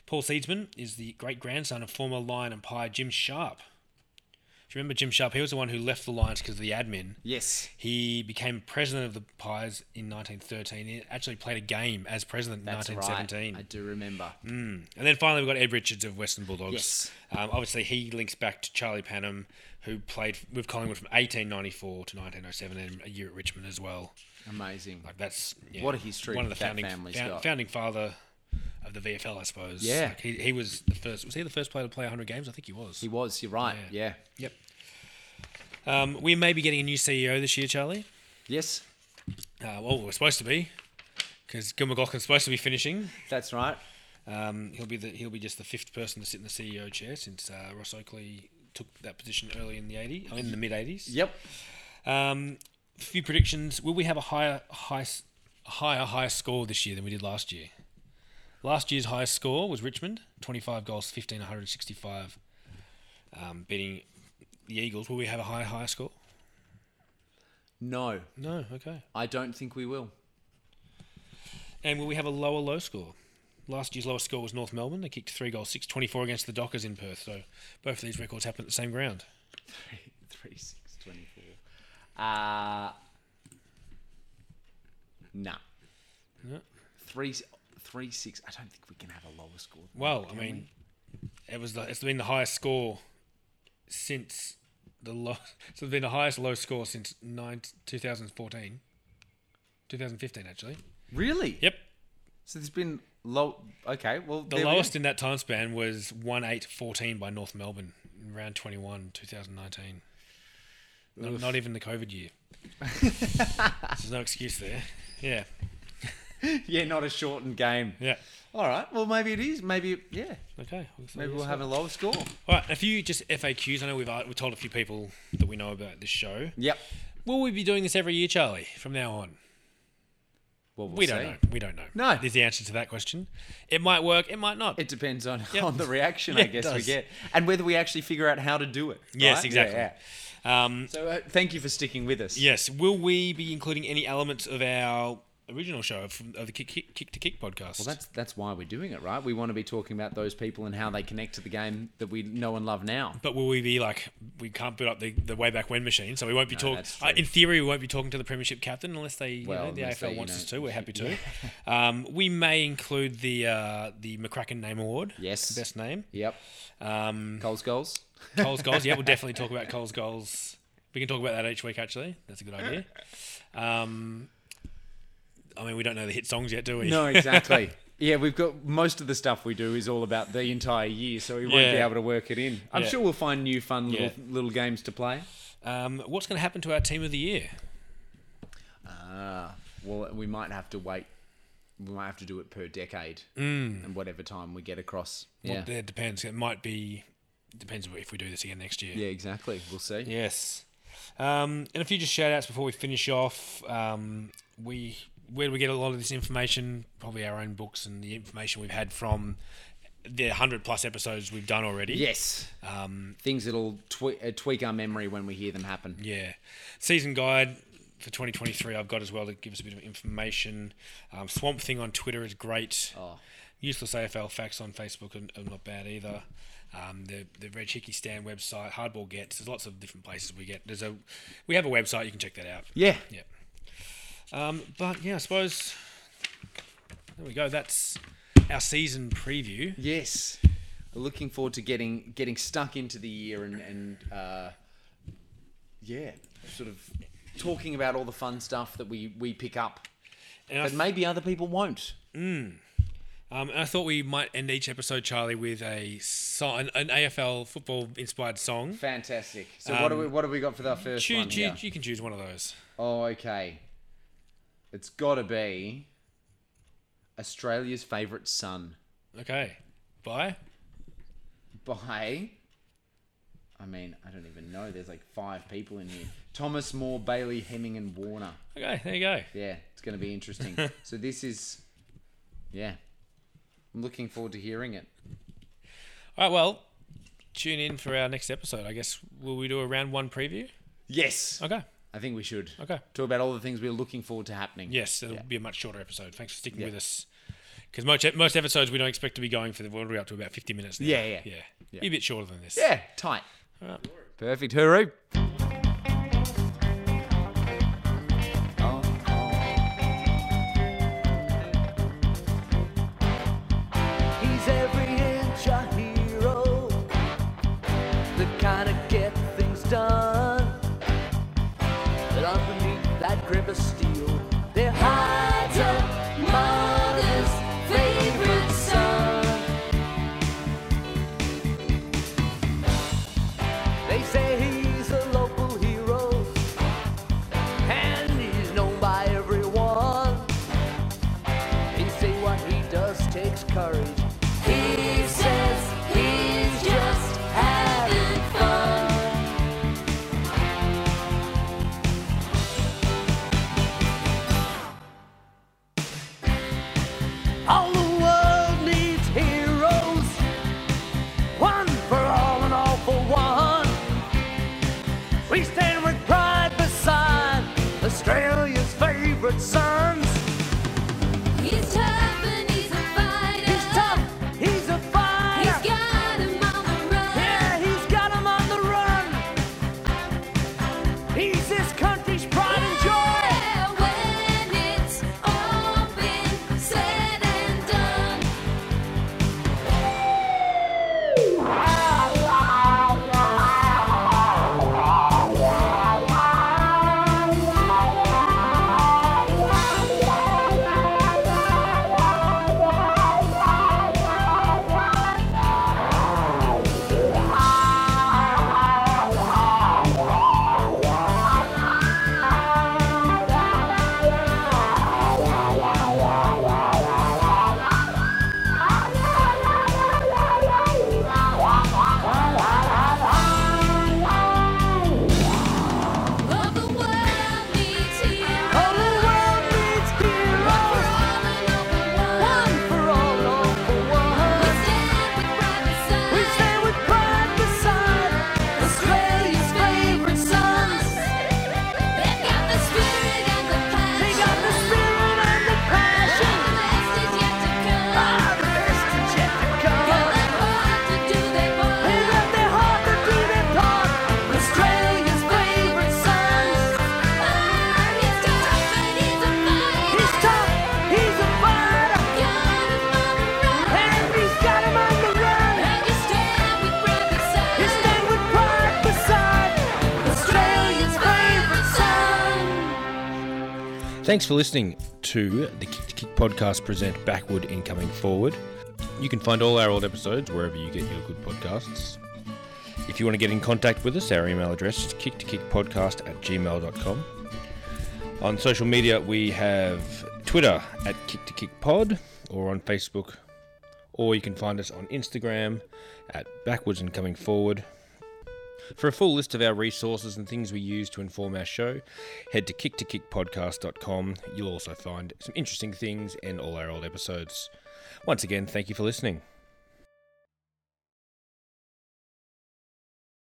[SPEAKER 3] Paul Seedsman is the great grandson of former Lion and Pie Jim Sharp. If you remember Jim Sharp, he was the one who left the Lions because of the admin.
[SPEAKER 2] Yes.
[SPEAKER 3] He became president of the Pies in 1913. He actually played a game as president in
[SPEAKER 2] That's right.
[SPEAKER 3] 1917.
[SPEAKER 2] I do remember.
[SPEAKER 3] Mm. And then finally, we've got Ed Richards of Western Bulldogs.
[SPEAKER 2] Yes.
[SPEAKER 3] Um, obviously, he links back to Charlie Panham, who played with Collingwood from 1894 to 1907 and a year at Richmond as well.
[SPEAKER 2] Amazing.
[SPEAKER 3] Like, that's yeah,
[SPEAKER 2] What a history
[SPEAKER 3] One of the
[SPEAKER 2] that
[SPEAKER 3] founding,
[SPEAKER 2] family's
[SPEAKER 3] found-
[SPEAKER 2] got.
[SPEAKER 3] founding father of the VFL, I suppose.
[SPEAKER 2] Yeah.
[SPEAKER 3] Like, he, he was the first. Was he the first player to play 100 games? I think he was.
[SPEAKER 2] He was. You're right. Yeah.
[SPEAKER 3] yep. Um, we may be getting a new CEO this year, Charlie.
[SPEAKER 2] Yes.
[SPEAKER 3] Uh, well, we're supposed to be, because Gil McLaughlin's supposed to be finishing.
[SPEAKER 2] That's right.
[SPEAKER 3] Um, he'll be the, he'll be just the fifth person to sit in the CEO chair since uh, Ross Oakley took that position early in the eighty in the mid eighties.
[SPEAKER 2] Yep.
[SPEAKER 3] Um, few predictions: Will we have a higher high s- higher higher score this year than we did last year? Last year's highest score was Richmond, twenty five goals, fifteen one hundred sixty five, um, beating the Eagles. Will we have a higher higher score?
[SPEAKER 2] No,
[SPEAKER 3] No. Okay.
[SPEAKER 2] I don't think we will.
[SPEAKER 3] And will we have a lower low score? Last year's lowest score was North Melbourne. They kicked three goals, six twenty-four against the Dockers in Perth. So both of these records happened at the same ground.
[SPEAKER 2] Three, three, six, twenty-four. Uh, nah.
[SPEAKER 3] No.
[SPEAKER 2] Three, three, six. I don't think we can have a lower score. than
[SPEAKER 3] Well,
[SPEAKER 2] that,
[SPEAKER 3] I
[SPEAKER 2] can
[SPEAKER 3] mean, it was the, it's been the highest score since the low. So it's been the highest low score since nine, 2014. 2015 actually.
[SPEAKER 2] we? really?
[SPEAKER 3] Yep.
[SPEAKER 2] So there's been low. Okay. Well,
[SPEAKER 3] The lowest in that time span was 1814 by North Melbourne in round 21 2019. Not, not even the covid year. There's no excuse there. Yeah.
[SPEAKER 2] yeah, not a shortened game.
[SPEAKER 3] Yeah.
[SPEAKER 2] All right. Well, maybe it is. Maybe yeah.
[SPEAKER 3] Okay.
[SPEAKER 2] Maybe we'll have a lower score.
[SPEAKER 3] All right. A few just FAQs. I know we've uh, we told a few people that we know about this show.
[SPEAKER 2] Yep.
[SPEAKER 3] Will we be doing this every year, Charlie, from now on?
[SPEAKER 2] Well, we'll
[SPEAKER 3] We
[SPEAKER 2] see.
[SPEAKER 3] don't know. We don't know.
[SPEAKER 2] No.
[SPEAKER 3] Is the answer to that question. It might work. It might not.
[SPEAKER 2] It depends on,
[SPEAKER 3] Yep.
[SPEAKER 2] on the reaction,
[SPEAKER 3] Yeah,
[SPEAKER 2] I
[SPEAKER 3] it
[SPEAKER 2] guess we
[SPEAKER 3] does.
[SPEAKER 2] get, and whether we actually figure out how to do it.
[SPEAKER 3] yes,
[SPEAKER 2] right? Yeah,
[SPEAKER 3] exactly.
[SPEAKER 2] yeah.
[SPEAKER 3] Um,
[SPEAKER 2] So uh, thank you for sticking with us.
[SPEAKER 3] yes. Will we be including any elements of our original show of, of the Kick, Kick, Kick to Kick podcast?
[SPEAKER 2] Well, that's that's why we're doing it, right? We want to be talking about those people and how they connect to the game that we know and love now.
[SPEAKER 3] But will we be like we can't boot up the, the way back when machine, so we won't be talking.
[SPEAKER 2] that's true.
[SPEAKER 3] Uh, in theory, we won't be talking to the Premiership captain unless they, you
[SPEAKER 2] Well,
[SPEAKER 3] know, the
[SPEAKER 2] unless
[SPEAKER 3] AFL
[SPEAKER 2] they, you
[SPEAKER 3] wants
[SPEAKER 2] know,
[SPEAKER 3] us to. We're happy to. um, we may include the uh, the McCracken Name Award.
[SPEAKER 2] Yes.
[SPEAKER 3] best name.
[SPEAKER 2] Yep.
[SPEAKER 3] Um,
[SPEAKER 2] Coles goals.
[SPEAKER 3] Cole's goals. Yeah, we'll definitely talk about Cole's goals. We can talk about that each week. Actually, that's a good idea. Um, I mean, we don't know the hit songs yet, do we?
[SPEAKER 2] No, exactly. yeah, we've got most of the stuff we do is all about the entire year, so we won't be
[SPEAKER 3] Yeah.
[SPEAKER 2] able to work it in. I'm
[SPEAKER 3] Yeah.
[SPEAKER 2] sure we'll find new fun little
[SPEAKER 3] Yeah.
[SPEAKER 2] little games to play.
[SPEAKER 3] um, what's going to happen to our team of the year?
[SPEAKER 2] Ah, well, we might have to wait. We might have to do it per decade and whatever time we get across.
[SPEAKER 3] Mm. Well,
[SPEAKER 2] Yeah.
[SPEAKER 3] that depends. It might be depends if we do this again next year.
[SPEAKER 2] Yeah, exactly. We'll see.
[SPEAKER 3] Yes. Um, and a few just shout outs before we finish off. Um, we where do we get a lot of this information? Probably our own books and the information we've had from the hundred plus episodes we've done already.
[SPEAKER 2] Yes.
[SPEAKER 3] Um,
[SPEAKER 2] Things that'll twe- uh, tweak our memory when we hear them happen.
[SPEAKER 3] Yeah. Season guide, for 2023 I've got as well to give us a bit of information. Um, Swamp Thing on Twitter is great.
[SPEAKER 2] Oh.
[SPEAKER 3] Useless AFL facts on Facebook are, are not bad either. Um, the the Red Hickey Stand website, Hardball Gets. There's lots of different places we get. There's a we have a website you can check that out.
[SPEAKER 2] Yeah.
[SPEAKER 3] Yeah. Um, but yeah, I suppose there we go. That's our season preview.
[SPEAKER 2] Yes. Looking forward to getting getting stuck into the year and and uh, yeah, sort of talking about all the fun stuff that we we pick up,
[SPEAKER 3] And I
[SPEAKER 2] but maybe other people won't.
[SPEAKER 3] Um, and I thought we might end each episode, Charlie, with a song, an, an AFL football inspired song.
[SPEAKER 2] Fantastic. So what do we what do we got for our first
[SPEAKER 3] Choose,
[SPEAKER 2] one?
[SPEAKER 3] Um, choo-
[SPEAKER 2] here?
[SPEAKER 3] you can choose one of those.
[SPEAKER 2] Oh, okay. It's got to be Australia's favourite son
[SPEAKER 3] Okay. Bye.
[SPEAKER 2] by. I mean, I don't even know. There's like five people in here: Thomas Moore, Bailey, Hemming, and Warner.
[SPEAKER 3] Okay, there you go.
[SPEAKER 2] Yeah, it's going to be interesting. so this is, yeah, I'm looking forward to hearing it.
[SPEAKER 3] All right, well, tune in for our next episode. I guess will we do a round one preview?
[SPEAKER 2] Yes,
[SPEAKER 3] Okay.
[SPEAKER 2] I think we should
[SPEAKER 3] Okay.
[SPEAKER 2] talk about all the things we're looking forward to happening.
[SPEAKER 3] Yes, it'll
[SPEAKER 2] Yeah.
[SPEAKER 3] be a much shorter episode. Thanks for sticking
[SPEAKER 2] Yeah.
[SPEAKER 3] with us. Because most, most episodes we don't expect to be going for the world. We're up to about 50 minutes now.
[SPEAKER 2] Yeah, yeah.
[SPEAKER 3] Yeah.
[SPEAKER 2] Yeah.
[SPEAKER 3] Be a bit shorter than this.
[SPEAKER 2] yeah, tight.
[SPEAKER 3] All right.
[SPEAKER 2] Perfect. Hooroo.
[SPEAKER 4] He's every inch a hero. The kind of get things done. But underneath that grip of steel, there hides a mother's favorite son. They say he's a local hero, and he's known by everyone. They say what he does takes courage. He says he's just having fun. All the world needs heroes. One for all and all for one. We stand with pride beside Australia's favorite sons.
[SPEAKER 5] He's tough and he's a fighter.
[SPEAKER 4] He's tough. He's a fighter.
[SPEAKER 5] He's got him on the run.
[SPEAKER 4] yeah, he's got 'em on the run. He's this country's pride and joy.
[SPEAKER 5] Yeah, when it's all been said and done. All the world needs heroes.
[SPEAKER 4] All the world needs
[SPEAKER 5] We're
[SPEAKER 4] heroes.
[SPEAKER 5] all in over
[SPEAKER 4] One
[SPEAKER 5] one.
[SPEAKER 4] for all, all for
[SPEAKER 5] We
[SPEAKER 4] one.
[SPEAKER 5] stand with pride beside
[SPEAKER 4] We stand with pride beside Australia's favorite sons.
[SPEAKER 5] They've got the spirit and the passion.
[SPEAKER 4] They got the spirit and the passion.
[SPEAKER 5] The best is yet to come.
[SPEAKER 4] Ah, the best is yet to
[SPEAKER 5] Got
[SPEAKER 4] come.
[SPEAKER 5] that heart to do their part.
[SPEAKER 4] They left their heart to do their part. Australia's favorite sons.
[SPEAKER 5] He's Ah, tough and he's a fighter.
[SPEAKER 4] He's tough, he's a fighter,
[SPEAKER 5] Got him on
[SPEAKER 4] and he's got him on the
[SPEAKER 5] the run.
[SPEAKER 4] run.
[SPEAKER 5] And you stand with pride beside.
[SPEAKER 4] He stand with pride beside Australia's favorite son.
[SPEAKER 3] Thanks for listening to the Kick to Kick podcast present Backward Incoming Forward. You can find all our old episodes wherever you get your good podcasts. If you want to get in contact with us, our email address is kicktokickpodcast at gmail.com. On social media, we have Twitter at kicktokickpod or on Facebook, or you can find us on Instagram at backwards and coming forward. For a full list of our resources and things we use to inform our show, head to kicktokickpodcast.com. You'll also find some interesting things and all our old episodes. Once again, thank you for listening.